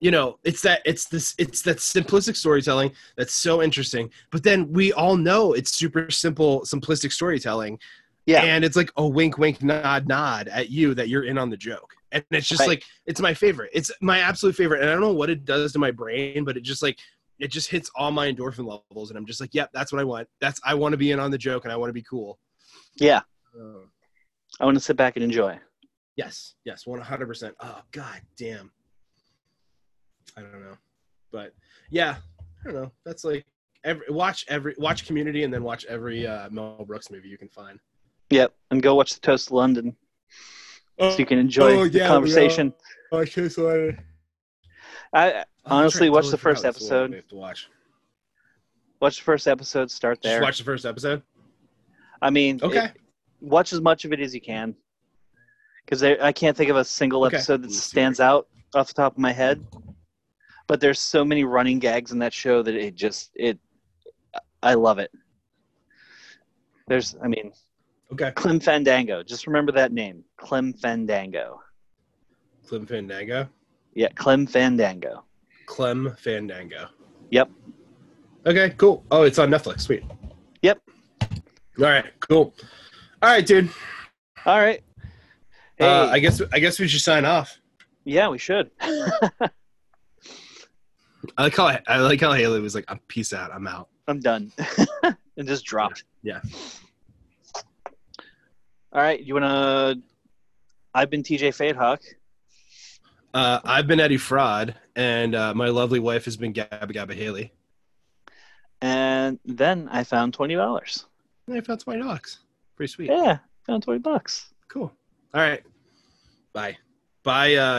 S3: You know, it's that it's this it's that simplistic storytelling that's so interesting. But then we all know it's super simple, simplistic storytelling.
S1: Yeah.
S3: And it's like a wink, wink, nod, nod at you that you're in on the joke. And it's just
S1: Right.
S3: like it's my favorite. It's my absolute favorite. And I don't know what it does to my brain, but it just like it just hits all my endorphin levels, and I'm just like, yep, that's what I want. That's I want to be in on the joke, and I want to be cool.
S1: yeah.
S3: Uh,
S1: I want to sit back and enjoy.
S3: Yes, yes, one hundred percent. Oh god damn. I don't know. But yeah, I don't know. That's like every watch every watch community and then watch every uh Mel Brooks movie you can find.
S1: Yep. And go watch the Toast of London so you can enjoy
S3: oh, yeah,
S1: the conversation.
S3: I just wanted
S1: I Honestly, watch the first episode.
S3: We have to watch.
S1: watch the first episode. Start
S3: Just
S1: there.
S3: watch the first episode.
S1: I mean, it-
S3: Okay.
S1: watch as much of it as you can because i can't think of a single
S3: Okay.
S1: episode that
S3: Let's see
S1: stands out off the top of my head but there's so many running gags in that show that it just it i love it there's i mean
S3: Okay.
S1: clem fandango just remember that name clem fandango
S3: Clem Fandango.
S1: yeah clem fandango
S3: Clem Fandango.
S1: Yep.
S3: Okay, cool. Oh, it's on Netflix. Sweet.
S1: Yep.
S3: All right, cool. All right, dude.
S1: all right hey,
S3: Uh, I guess I guess we should sign off.
S1: yeah we should <laughs>
S3: I like how I like how Haley was like, "I'm peace out, I'm out."
S1: i'm done <laughs> and just dropped
S3: Yeah.
S1: all right you want to i've been tj fadehawk
S3: Uh, I've been Eddie Fraud, and uh, my lovely wife has been Gabba Gabba Haley.
S1: And then I found twenty dollars.
S3: And I found twenty dollars. Pretty sweet.
S1: Yeah, found twenty bucks.
S3: Cool. All right. Bye. Buy uh